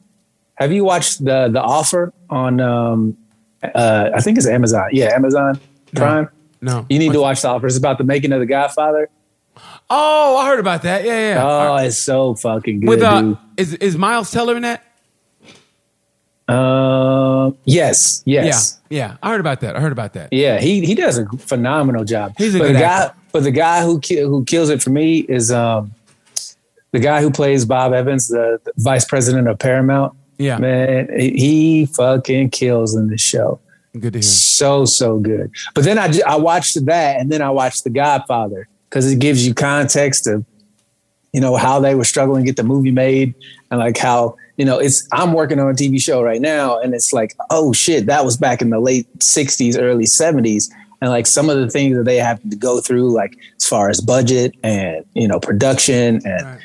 S2: Have you watched the the offer on? Um, uh, I think it's Amazon. Yeah, Amazon Prime.
S1: no.
S2: You need to watch the offer. It's about the making of the Godfather.
S1: Oh, I heard about that. Yeah, yeah. yeah.
S2: Oh, it's so fucking good.
S1: with uh,
S2: dude.
S1: is is Miles Teller in that?
S2: Um, yes, yes,
S1: Yeah, yeah. I heard about that. I heard about that.
S2: yeah. He he does a phenomenal job.
S1: He's a
S2: but
S1: good
S2: the guy,
S1: actor.
S2: but the guy who ki- who kills it for me is um, the guy who plays Bob Evans, the, the vice president of Paramount.
S1: Yeah.
S2: man, he- he fucking kills in this show.
S1: Good to hear.
S2: so so good. But then I ju- I watched that, and then I watched The Godfather because it gives you context of you know how they were struggling to get the movie made, and like how you know it's I'm working on a TV show right now, and it's like oh shit that was back in the late '60s, early '70s. and like some of the things that they have to go through, like as far as budget and you know production and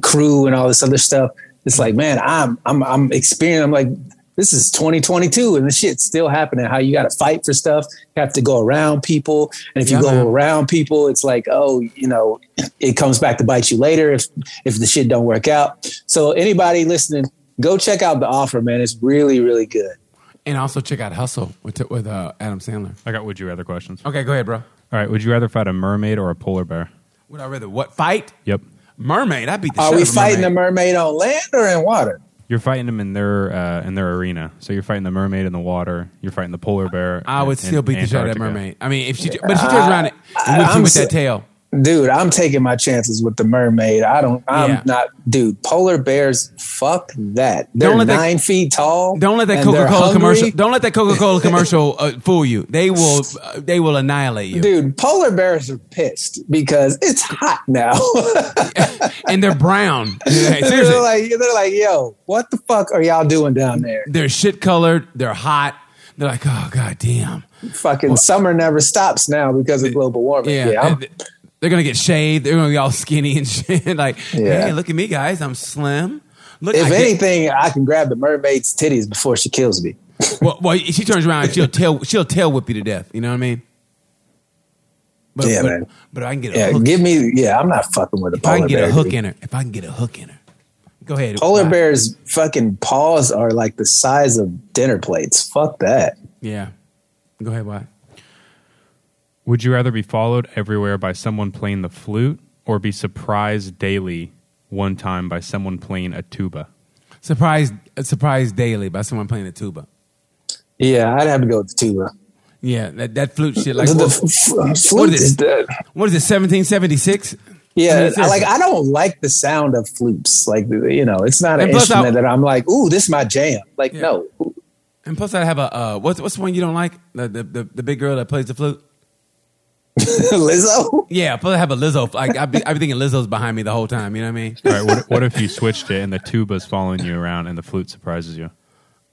S2: crew and all this other stuff. It's like,
S1: Mm-hmm.
S2: man, I'm I'm I'm experiencing. I'm like, this is 2022 and this shit's still happening. How you got to fight for stuff, you have to go around people, and if you
S1: Yeah,
S2: go
S1: man.
S2: around people, it's like, oh, you know, it comes back to bite you later if if the shit don't work out. So anybody listening, go check out the offer, man. It's really really good.
S1: And also check out Hustle with with uh, Adam Sandler.
S3: I got would you rather questions.
S1: Okay, go ahead, bro.
S3: All right, would you rather fight a mermaid or a polar bear?
S1: Would I rather what fight?
S3: Yep.
S1: Mermaid. I beat the
S2: Are
S1: shit
S2: we
S1: out of
S2: fighting
S1: mermaid.
S2: a mermaid on land or in water?
S3: You're fighting them in their uh, in their arena. So you're fighting the mermaid in the water. You're fighting the polar bear.
S1: I would
S3: in-
S1: still
S3: in
S1: beat the shit out of that
S3: Antarctica.
S1: mermaid. I mean, if she, but if she turns around and whips
S2: Uh, I'm
S1: you with
S2: so-
S1: that tail.
S2: Dude, I'm taking my chances with the mermaid. I don't. I'm
S1: Yeah.
S2: not. Dude, polar bears. Fuck that. They're
S1: Don't let that-
S2: nine feet tall.
S1: Don't let that
S2: and they're
S1: Coca Cola
S2: hungry.
S1: commercial. Don't let that Coca Cola commercial uh, fool you. They will. Uh, they will annihilate you.
S2: Dude, polar bears are pissed because it's hot now.
S1: And they're brown. Hey, seriously,
S2: they're like, they're like, yo, what the fuck are y'all doing down there?
S1: they're shit colored. They're hot. They're like, oh god damn.
S2: Fucking summer never stops now because of global warming.
S1: Yeah.
S2: Yeah, I'm-
S1: and th- They're gonna get shaved. They're gonna be all skinny and shit. like,
S2: Yeah.
S1: hey, look at me, guys. I'm slim. Look,
S2: if
S1: I get-
S2: anything, I can grab the mermaid's titties before she kills me.
S1: well, well, she turns around, and she'll tail, she'll tail whip you to death. You know what I mean? But,
S2: Yeah,
S1: but,
S2: man.
S1: but if I can get a
S2: Yeah,
S1: hook.
S2: give me. Yeah, I'm not fucking with a
S1: if I
S2: polar
S1: can get
S2: bear.
S1: a hook
S2: dude.
S1: in her, if I can get a hook in her, go ahead.
S2: Polar
S1: Why?
S2: bears' fucking paws are like the size of dinner plates. Fuck that.
S1: Yeah. Go ahead. Why?
S3: Would you rather be followed everywhere by someone playing the flute or be surprised daily one time by someone playing a tuba?
S1: Surprised, surprised uh, daily by someone playing the tuba.
S2: Yeah, I'd have to go with the tuba.
S1: Yeah, that, that flute shit. Like,
S2: the
S1: what,
S2: the f-
S1: what
S2: flute
S1: is
S2: is
S1: it? what is it? Seventeen seventy six.
S2: Yeah,
S1: mean,
S2: I, like I don't like the sound of flutes. Like you know, it's not an
S1: And plus
S2: instrument
S1: I-
S2: that I'm like, ooh, this is my jam. Like
S1: Yeah.
S2: no,
S1: And plus, I have a uh, what's what's the one you don't like? The, the the the big girl that plays the flute.
S2: Lizzo.
S1: Yeah, plus I have a Lizzo. Like I be, I be thinking Lizzo's behind me the whole time. You know what I mean?
S3: All right, what, what if you switched it and the tuba's following you around and the flute surprises you?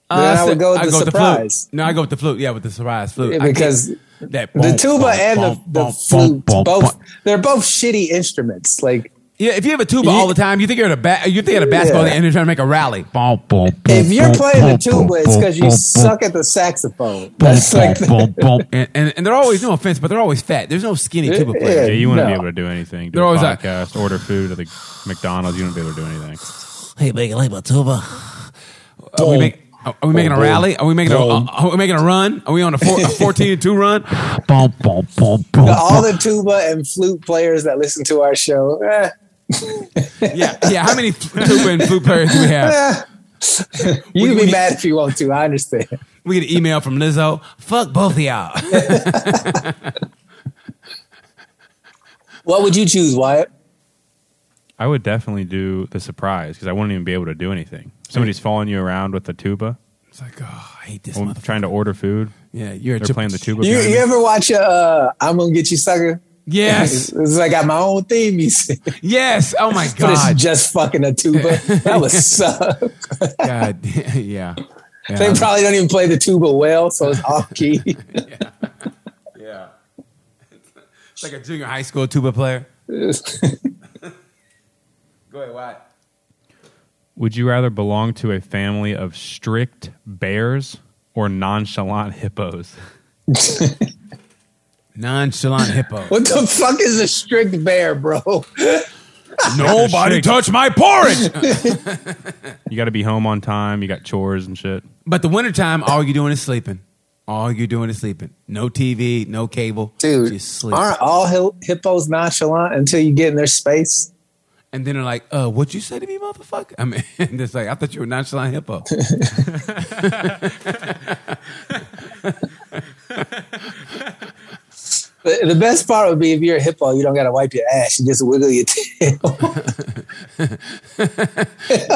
S2: Then I would go with
S1: Uh, I
S2: the surprise.
S1: flute. No, I go with the flute. Yeah, with the surprise flute.
S2: Yeah,
S1: I can't-
S2: because
S1: that
S2: The
S1: bump,
S2: tuba
S1: bump,
S2: and the,
S1: bump,
S2: the
S1: bump, bump,
S2: flute,
S1: bump,
S2: both
S1: bump.
S2: they're both shitty instruments. Like
S1: Yeah, if you have a tuba all the time, you think you're at a ba- you think you're at a basketball
S2: Yeah.
S1: and you're trying to make a rally. Bump, bump,
S2: if you're
S1: bump,
S2: playing the
S1: bump, bump,
S2: tuba, it's because you
S1: bump,
S2: suck at the saxophone.
S1: bump,
S2: That's like
S1: bump, bump, bump. And, and and they're always no offense, but they're always fat. There's no skinny tuba
S2: Yeah.
S1: players.
S3: Yeah, you wouldn't be
S2: No.
S3: able to do anything. Do
S1: They're
S3: a
S1: always like-
S3: podcast, order food at the McDonald's. You wouldn't be able to do anything.
S1: Hey, make it like my tuba. Are Uh, we, make, are we making a
S2: Boom.
S1: rally? Are we making a,
S2: Boom.
S1: are we making a run? Are we on a, four, a 14 2 run?
S2: the- all the tuba and flute players that listen to our show. eh,
S1: Yeah, yeah. How many tuba and flute players do we have? We-
S2: you can
S1: we
S2: be
S1: need-
S2: mad if you want to. I understand.
S1: We get an email from Lizzo. Fuck both of y'all.
S2: What would you choose, Wyatt?
S3: I would definitely do the surprise because I wouldn't even be able to do anything. Somebody's following you around with the tuba.
S1: It's like, oh, I hate this
S3: I'm
S1: motherfucker.
S3: trying to order food.
S1: Yeah, you're a
S3: They're
S1: chip-
S3: playing the tuba.
S2: You,
S3: behind
S2: you
S3: me.
S2: ever watch uh, "I'm Gonna Get You, Sucker"?
S1: Yes,
S2: It's like I got my own theme music,
S1: yes. Oh my
S2: but it's
S1: god.
S2: just fucking a tuba. That would suck.
S1: God, yeah. Yeah.
S2: They probably don't even play the tuba well, so it's off key.
S1: yeah. It's like a junior high school tuba player. Go ahead, Watt.
S3: Would you rather belong to a family of strict bears or nonchalant hippos?
S1: Nonchalant hippo.
S2: what the fuck is a strict bear, bro?
S1: Nobody touched my porridge.
S3: You got to be home on time. You got chores and shit.
S1: But the wintertime, all you're doing is sleeping. All you're doing is sleeping. No TV, no cable.
S2: Dude,
S1: just sleep.
S2: aren't all hi- hippos nonchalant until you get in their space?
S1: And then they're like, uh, what you say to me, motherfucker? I mean, it's like, I thought you were a nonchalant hippo.
S2: The, the best part would be if you're a hippo, you don't got to wipe your ass. You just wiggle your tail.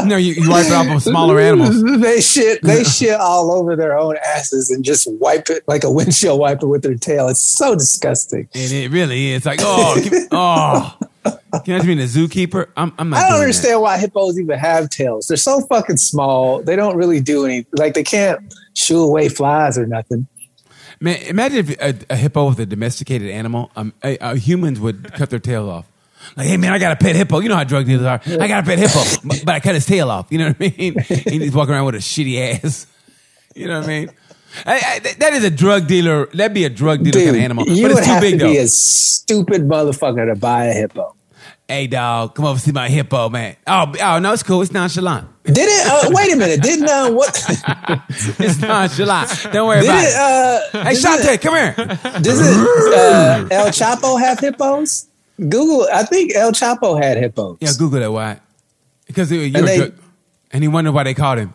S1: no, you, you wipe it off of smaller animals.
S2: they shit. They shit all over their own asses and just wipe it like a windshield wiper with their tail. It's so disgusting.
S1: And it really is. Like, oh, give me- oh. Can I mean a zookeeper? I'm, I'm not
S2: I don't
S1: doing that.
S2: understand why hippos even have tails. They're so fucking small. They don't really do any. Like they can't shoo away flies or nothing.
S1: Man, imagine if a, a hippo was a domesticated animal. Um, uh, uh, humans would cut their tails off. Like, hey man, I got a pet hippo. You know how drug dealers are. I got a pet hippo, but but I cut his tail off. You know what I mean? And he's walking around with a shitty ass. You know what I mean? I, I, that is a drug dealer. That'd be a drug dealer kind of animal.
S2: You
S1: but
S2: would
S1: it's too
S2: have
S1: big
S2: to
S1: though.
S2: be a stupid motherfucker to buy a hippo.
S1: hey dog, come over see my hippo, man. Oh, oh no, it's cool. It's nonchalant.
S2: Didn't uh, wait a minute? Didn't uh, what?
S1: It's nonchalant. Don't worry about
S2: Didn't
S1: it.
S2: uh,
S1: Hey, Shante, come here.
S2: does it uh, El Chapo have hippos? Google. I think El Chapo had hippos.
S1: Yeah, Google that. Why? Because you were
S2: And they-
S1: drug- and he wondered why they caught him.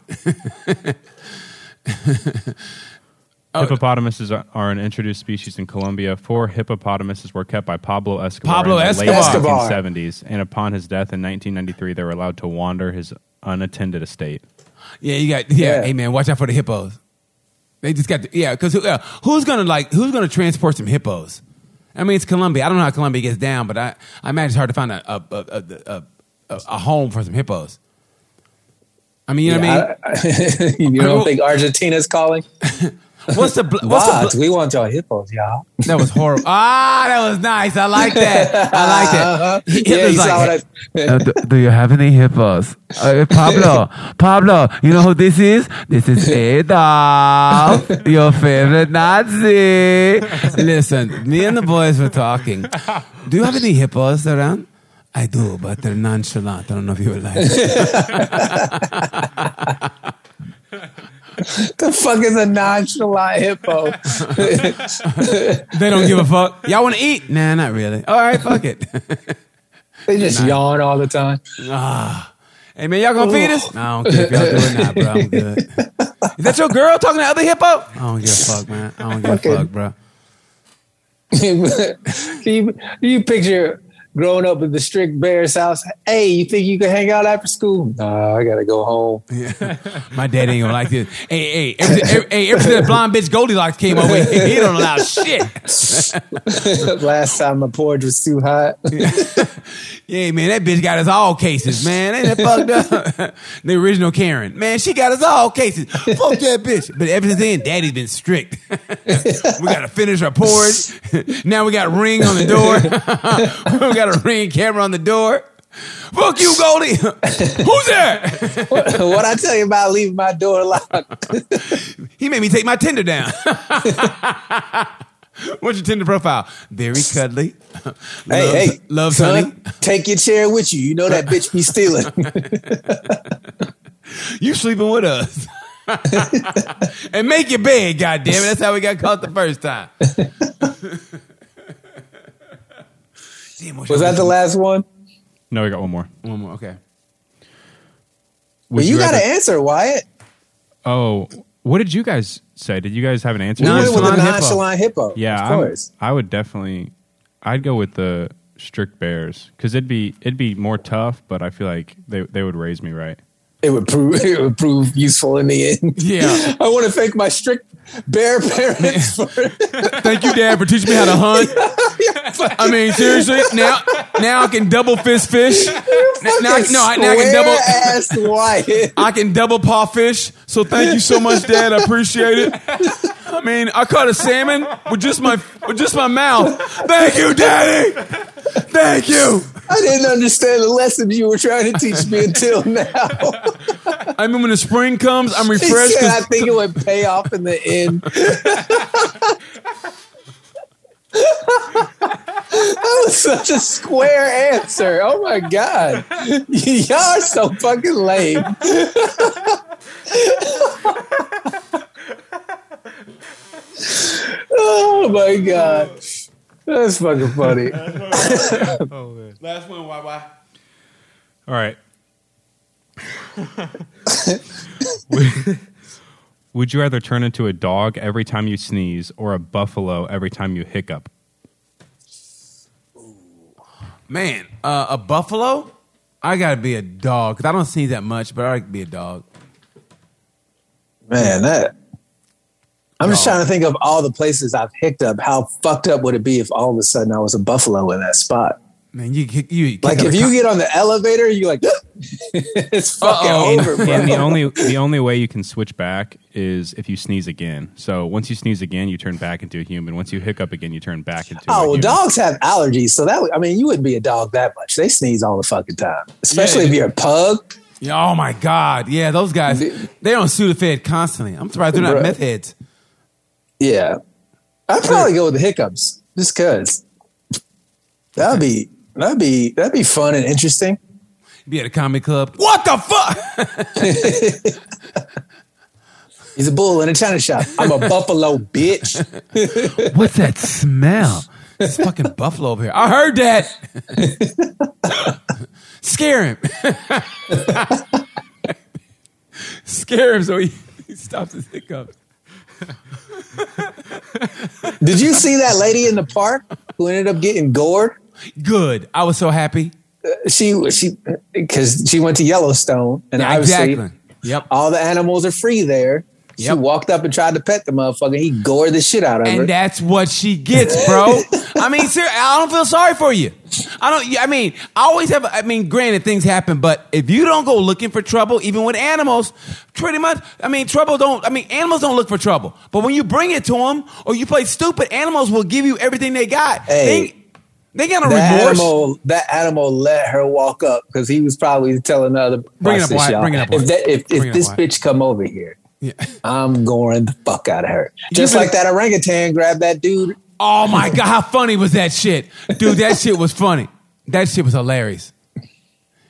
S1: Oh.
S3: Hippopotamuses are, are an introduced species in Colombia. Four hippopotamuses were kept by Pablo Escobar
S1: Pablo
S3: in the
S1: Escobar.
S2: Escobar.
S3: late 1970s, and upon his death in 1993, they were allowed to wander his unattended estate.
S1: Yeah, you got. Yeah,
S2: Yeah.
S1: hey man, watch out for the hippos. They just got. The, yeah, because who, uh, who's gonna like? Who's gonna transport some hippos? I mean, it's Colombia. I don't know how Colombia gets down, but I, I imagine it's hard to find a a, a, a, a, a home for some hippos. I mean, you know what I mean.
S2: I- you don't think Argentina's calling?
S1: What's the bl- what's the
S2: Bots,
S1: bl-
S2: we want y'all hippos, y'all.
S1: that was horrible. Ah, that was nice. I like that. I like that.
S2: Uh-huh. yeah,
S1: Hitler's
S2: you saw
S1: like,
S2: what I,
S1: Uh, do, do you have any hippos? Uh, Pablo, Pablo, you know who this is? This is Adolf, your favorite Nazi. Listen, me and the boys were talking. Do you have any hippos around? I do, but they're nonchalant. I don't know if you would like it.
S2: the fuck is a nonchalant hippo?
S1: They don't give a fuck. Y'all want to eat? Nah, not really. All right, fuck it.
S2: they just yawn all the time.
S1: hey, man, y'all going to feed us? No, I don't care if y'all do it or not, bro. I'm good. Is that your girl talking to the other hippo? I don't give a fuck, man. I don't give a
S2: Okay.
S1: fuck, bro.
S2: can you, you picture growing up at the strict bear's house? Hey, you think you can hang out after school? Nah, I gotta go home.
S1: My dad ain't gonna like this. Hey, hey, ever, ever, hey, ever since that blonde bitch Goldilocks came over, he, he don't allow shit.
S2: Last time my porridge was too hot.
S1: Yeah, man, that bitch got us all cases, man. Ain't that fucked up? the original Karen, man, she got us all cases. Fuck that bitch. But ever since then, daddy's been strict. we gotta finish our porridge. now we got a ring on the door. we got a ring camera on the door. Fuck you, Goldie. Who's there?
S2: what I tell you about leaving my door locked?
S1: He made me take my Tinder down. What's your Tinder profile? Very cuddly. Hey,
S2: Hey, hey,
S1: love
S2: son,
S1: honey.
S2: Take your chair with you. You know that bitch be stealing.
S1: You sleeping with us. and make your bed, goddammit. That's how we got caught the first time. Damn, what y'all
S2: was that the
S1: doing?
S2: last one?
S3: No, we got one more.
S1: One more, okay.
S3: Would
S2: Well, you, gotta
S3: rather-
S2: answer, Wyatt.
S3: Oh, what did you guys say? Did you guys have an answer?
S1: No,
S2: You went with a
S1: Nonchalant hippo.
S2: nonchalant hippo.
S3: yeah,
S2: of
S3: I'm-
S2: course.
S3: I would definitely. I'd go with the strict bears because it'd be it'd be more tough, but I feel like they they would raise me right.
S2: It would prove it would prove useful in the end.
S1: Yeah.
S2: I want to thank my strict bear parents for
S1: Thank you, Dad, for teaching me how to hunt. I mean, seriously, now now I can double fist fish. Now, now I, no, I, now I can double.
S2: ass Wyatt.
S1: I can double paw fish. So thank you so much, Dad. I appreciate it. I mean, I caught a salmon with just my with just my mouth. Thank you, Daddy. Thank you.
S2: I didn't understand the lesson you were trying to teach me until now.
S1: I mean, when the spring comes, I'm
S2: He
S1: refreshed.
S2: said, I
S1: 'cause-
S2: think it would pay off in the end. that was such a square answer. Oh my god, y'all are so fucking lame. oh my god, that's fucking funny.
S1: Last one, why?
S3: All right. Would- Would you rather turn into a dog every time you sneeze or a buffalo every time you hiccup?
S1: Man, uh, a buffalo. I gotta be a dog because I don't see that much, but I could be a dog.
S2: Man, that. I'm just
S1: No.
S2: trying to think of all the places I've hicked up. How fucked up would it be if all of a sudden I was a buffalo in that spot?
S1: Man, you kick- you kick
S2: Like
S1: out
S2: if
S1: a
S2: you
S1: co-
S2: get on the elevator, you like it's fucking
S1: Uh-oh.
S2: over, bro.
S3: And the only the only way you can switch back is if you sneeze again. So once you sneeze again, you turn back into a human. Once you hiccup again, you turn back into a
S2: Oh, well,
S3: human.
S2: dogs have allergies, so that would- I mean, you wouldn't be a dog that much. They sneeze all the fucking time, especially
S1: Yeah.
S2: if you're a pug.
S1: Yeah, oh my God. Yeah, those guys, they on Sudafed constantly. I'm surprised they're not
S2: Bruh.
S1: meth heads.
S2: Yeah, I'd probably go with the hiccups just because that'd be that'd be that'd be fun and interesting.
S1: Be at a comedy club. What the fuck?
S2: He's a bull in a china shop. I'm a buffalo bitch.
S1: What's that smell? It's fucking buffalo over here. I heard that. Scare him. Scare him so he, he stops his hiccups.
S2: Did you see that lady in the park who ended up getting gored?
S1: Good. I was so happy.
S2: She she because she went to Yellowstone, and
S1: Yeah,
S2: obviously
S1: exactly. Yep.
S2: all the animals are free there. She
S1: Yep.
S2: walked up and tried to pet the motherfucker. He gored the shit out of her.
S1: And that's what she gets, bro. I mean, sir, I don't feel sorry for you. I don't. I mean, I always have. I mean, granted, things happen, but if you don't go looking for trouble, even with animals, pretty much. I mean, trouble don't. I mean, animals don't look for trouble, but when you bring it to them or you play stupid, animals will give you everything they got.
S2: Hey.
S1: they, they got no
S2: that
S1: remorse.
S2: animal that animal let her walk up because he was probably telling the other
S1: Bring it
S2: watch
S1: up,
S2: this,
S1: Wyatt.
S2: y'all.
S1: Bring it up,
S2: if
S1: Wyatt.
S2: that, if,
S1: Bring it
S2: if
S1: up,
S2: this
S1: Wyatt.
S2: bitch come over here
S1: Yeah.
S2: i'm going the fuck out of her just
S1: been-
S2: like that orangutan grabbed that dude
S1: Oh my god, how funny was that shit, dude? That shit was funny. That shit was hilarious.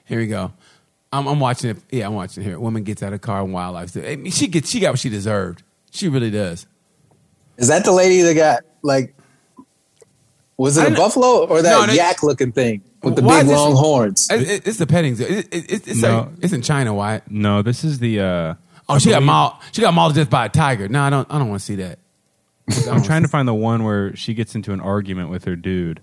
S1: Here we go. I'm, I'm watching it. Yeah, I'm watching it here. Woman gets out of car and wildlife. I mean, she gets. She got what she deserved. She really does.
S2: is that the lady that got like was
S1: I
S2: it a
S1: kn-
S2: buffalo or that
S1: No, no,
S2: yak looking thing with the
S1: Why
S2: big
S1: is this-
S2: long horns
S1: It, it- it's the petting zoo. It, it, it- it's,
S3: No.
S1: like, it's in China. Why?
S3: No, this is the. Uh,
S1: Oh, she got mauled. She got mauled to death by a tiger. No, I don't. I don't want to see that.
S3: I'm trying to find the one where she gets into an argument with her dude,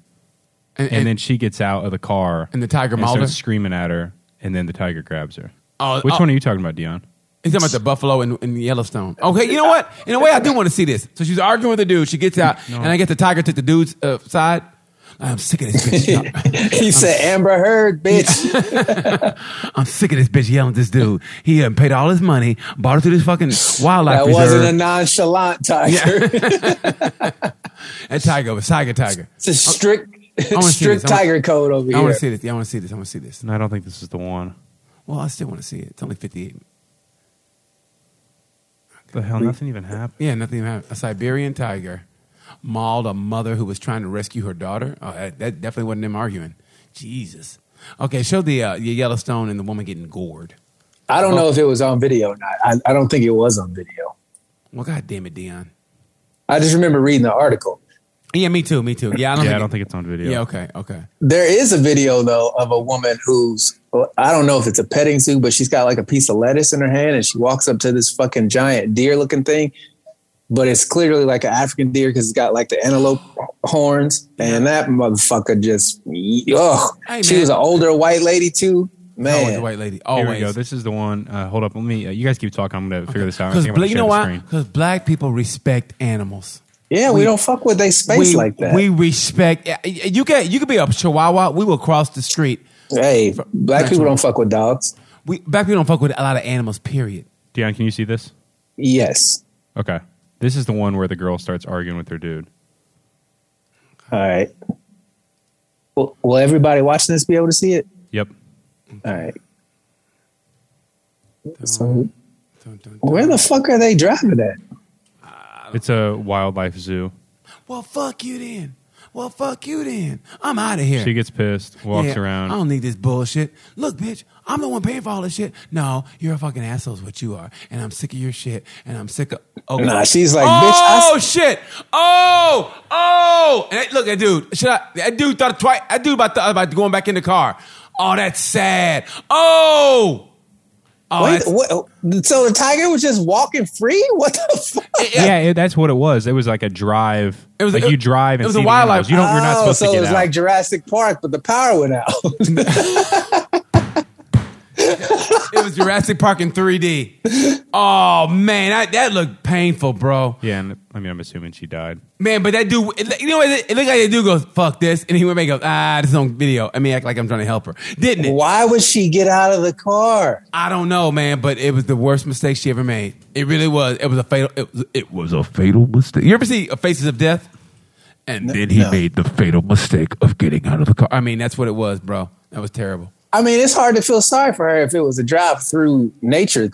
S1: And,
S3: and, then she gets out of the car,
S1: And the tiger mauled
S3: starts
S1: her?
S3: screaming at her, and then the tiger grabs her.
S1: Oh,
S3: Which
S1: oh.
S3: one are you talking about, Dion?
S1: He's talking about the buffalo in, in Yellowstone. Okay, you know what? In a way, I do want to see this. So she's arguing with the dude. She gets out, and I guess the tiger took the dude's uh, side. I'm sick of this bitch.
S2: he said amber heard bitch
S1: I'm sick of this bitch yelling at this dude. He had paid all his money, bought her to this fucking wildlife
S2: that
S1: reserve.
S2: wasn't a nonchalant tiger
S1: that tiger was tiger tiger.
S2: it's a strict
S1: wanna see
S2: strict
S1: this. I wanna-
S2: tiger code over
S1: I
S2: here
S1: want to see this. Yeah, I want to see this. I want to see this.
S3: No, I don't think this is the one.
S1: Well, I still want to see it. It's only 58.
S3: The hell, nothing even happened.
S1: Yeah, nothing happened. A Siberian tiger mauled a mother who was trying to rescue her daughter. Oh, that, that definitely wasn't them arguing. Jesus. Okay, show the uh, the Yellowstone and the woman getting gored.
S2: i
S1: Oh.
S2: don't know if it was on video or not I, I don't think it was on video
S1: Well, God damn it, Dion.
S2: I just remember reading the article.
S1: Yeah, me too. Me too. Yeah, I don't.
S3: Yeah,
S1: think
S3: I don't think it's on video.
S1: Yeah, okay, okay.
S2: There is a video though of a woman who's I don't know if it's a petting zoo, but she's got like a piece of lettuce in her hand and she walks up to this fucking giant deer looking thing. But it's clearly like an African deer because it's got like the antelope horns, and that motherfucker just oh,
S1: Hey,
S2: she
S1: man.
S2: was an older white lady too,
S1: Always the
S2: man.
S1: white lady.
S3: Here
S1: Always.
S3: we go. This is the one. Uh, hold up. Let me. Uh, you guys keep talking. I'm gonna figure this out. I
S1: Because
S3: think I'm gonna
S1: you know
S3: share the
S1: why?
S3: screen.
S1: Because black people respect animals.
S2: yeah, we, don't fuck with they space
S1: we,
S2: like that.
S1: We respect. yeah, You can you could be a Chihuahua. We will cross the street.
S2: hey, black people don't fuck with dogs.
S1: We black people don't fuck with a lot of animals. Period.
S3: Dion, can you see this?
S2: Yes,
S3: Okay. This is the one where the girl starts arguing with her dude.
S2: all right. Will, will everybody watching this be able to see it?
S3: Yep.
S2: All right. So where the fuck are they driving at?
S3: It's a wildlife zoo.
S1: Well, fuck you then. Well, fuck you then. I'm out of here.
S3: She gets pissed, walks
S1: Yeah, Oh,
S3: around.
S1: I don't need this bullshit. Look, bitch, I'm the one paying for all this shit. No, you're a fucking asshole, is what you are. And I'm sick of your shit. And I'm sick of. Okay.
S2: Nah, she's like,
S1: oh
S2: bitch. I,
S1: shit! Oh, oh! And that, look, that dude. Should I? That dude thought twice. That dude about thought about going back in the car. Oh, that's sad. Oh, oh,
S2: wait,
S1: that's-
S2: what, so the tiger was just walking free? What the fuck?
S1: yeah.
S3: Yeah, it, that's what it was. It was like a drive.
S1: It was-
S3: like
S1: it-
S3: you drive and
S1: it was
S3: see
S1: a
S3: the
S1: wildlife-
S3: animals. You don't. You're not
S2: Oh,
S3: supposed
S2: so
S3: to
S2: it
S3: get
S2: was
S3: out.
S2: like Jurassic Park, but the power went out.
S1: it was Jurassic Park in 3D. Oh man, that, that looked painful, bro.
S3: yeah, and I mean, I'm assuming she died.
S1: Man, but that dude, it- you know what? It it looked like that dude goes, fuck this. And he went back and goes, ah, this is on video. I mean, act like I'm trying to help her. Didn't it?
S2: Why would she get out of the car?
S1: I don't know, man, but it was the worst mistake she ever made. It really was. It was a fatal, it was, it was a fatal mistake. You ever see Faces of Death? And then he
S2: no.
S1: made the fatal mistake of getting out of the car. I mean, that's what it was, bro. That was terrible.
S2: I mean, it's hard to feel sorry for her if it was a drive through nature.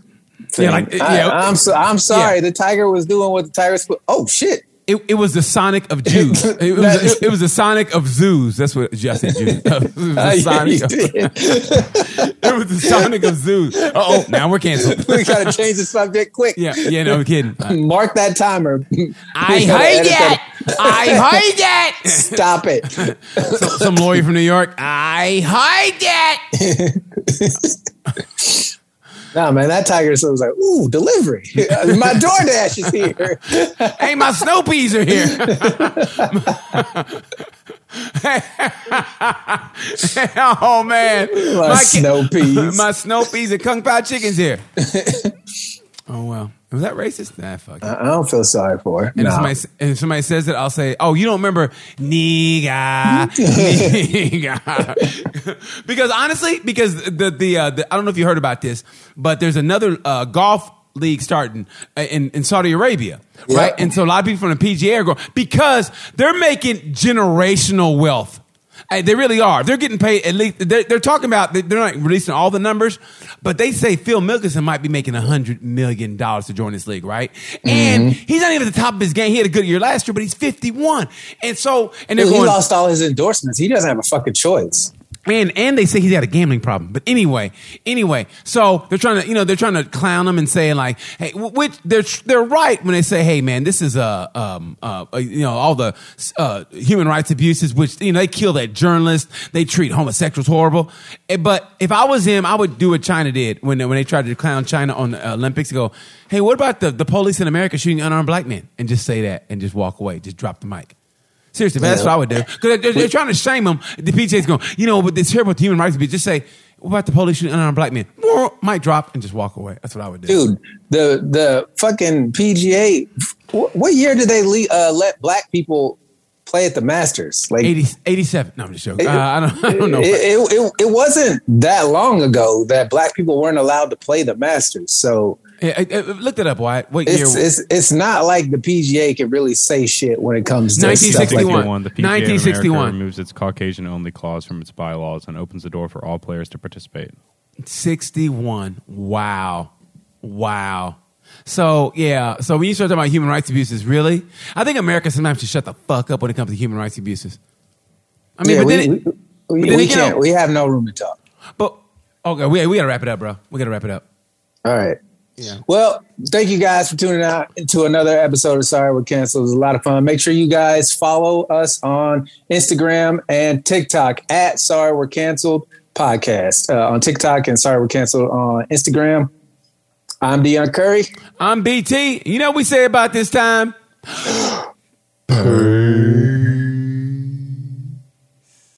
S2: Thing.
S1: Yeah, like,
S2: I,
S1: yeah.
S2: am so, I'm sorry.
S1: Yeah.
S2: The tiger was doing what the tiger's. sp- Oh shit!
S1: It, it was the Sonic of Jews. It was, it, it was the Sonic of zoos. That's what Justin Jews. It was
S2: Uh,
S1: the
S2: yeah,
S1: Sonic
S2: you
S1: of,
S2: did.
S1: it was the Sonic of zoos. Uh oh, now we're canceled.
S2: we gotta change the subject quick.
S1: Yeah, yeah, no kidding.
S2: Mark that timer.
S1: I
S2: We gotta
S1: hate
S2: edit
S1: it.
S2: that.
S1: I hate it.
S2: Stop it.
S1: Some lawyer from New York. I hate it.
S2: No, man, that tiger so was like, ooh, delivery. My DoorDash is here.
S1: Hey, my snow peas are here. oh man,
S2: My,
S1: ki-
S2: snow peas.
S1: my snow peas and kung pao chickens here. oh well, was that racist? Nah, fuck. it.
S2: I don't feel sorry for her.
S1: And if,
S2: No.
S1: somebody, and if somebody says it, I'll say, "Oh, you don't remember nigga, nigga," because honestly, because the the, uh, the I don't know if you heard about this, but there's another uh, golf league starting uh, in, in Saudi Arabia, right? And so a lot of people from the PGA are going because they're making generational wealth. Hey, they really are. They're getting paid at least. They're, they're talking about. They're not releasing all the numbers, but they say Phil Mickelson might be making hundred million dollars to join this league, right? And
S2: Mm-hmm.
S1: he's not even at the top of his game. He had a good year last year, but he's fifty-one, and so and they're
S2: He
S1: going.
S2: lost all his endorsements. He doesn't have a fucking choice.
S1: And and they say he's got a gambling problem. But anyway, anyway, so they're trying to you know they're trying to clown him and saying like, hey, wh- which they're they're right when they say, hey man, this is uh, um uh uh, you know all the uh human rights abuses, which you know they kill that journalist, they treat homosexuals horrible. Eh, But if I was him, I would do what China did when they- when they tried to clown China on the Olympics. and Go, hey, what about the the police in America shooting unarmed black men? And just say that and just walk away, just drop the mic. Seriously, man, that's what I would do. Because they're, they're trying to shame them. The PJ's going, you know, but it's terrible to human rights abuse. Just say, what about the police shooting unarmed black men? More might drop and just walk away. That's what I would do.
S2: Dude, the the fucking PGA. wh- What year did they le- uh, let black people play at the Masters? Like
S1: 80, 87. No, I'm just joking. Uh, I, don't, I don't know.
S2: It, it, it, it wasn't that long ago that black people weren't allowed to play the Masters. So
S1: Yeah, I- I- look that up, Wyatt. What year?
S2: it's it's it's not like the PGA can really say shit when it comes to stuff like
S1: 1961.
S2: that.
S3: 1961. The
S1: 1961.
S3: PGA America removes its Caucasian only clause from its bylaws and opens the door for all players to participate.
S1: 61. Wow. Wow. So, yeah. So when you start talking about human rights abuses, really? I think America sometimes should shut the fuck up when it comes to human rights abuses. I mean,
S2: Yeah,
S1: but
S2: we,
S1: then it,
S2: we- we-
S1: but then
S2: we
S1: it, you know-
S2: can't. We have no room to talk.
S1: But okay, we we gotta wrap it up, bro. We gotta wrap it up.
S2: All right.
S1: Yeah.
S2: Well, thank you guys for tuning out to another episode of Sorry We're Canceled. It was a lot of fun. Make sure you guys follow us on Instagram and TikTok at Sorry We're Canceled Podcast uh, on TikTok and Sorry We're Canceled on Instagram. I'm Deion Curry.
S1: I'm BT. You know what we say about this time?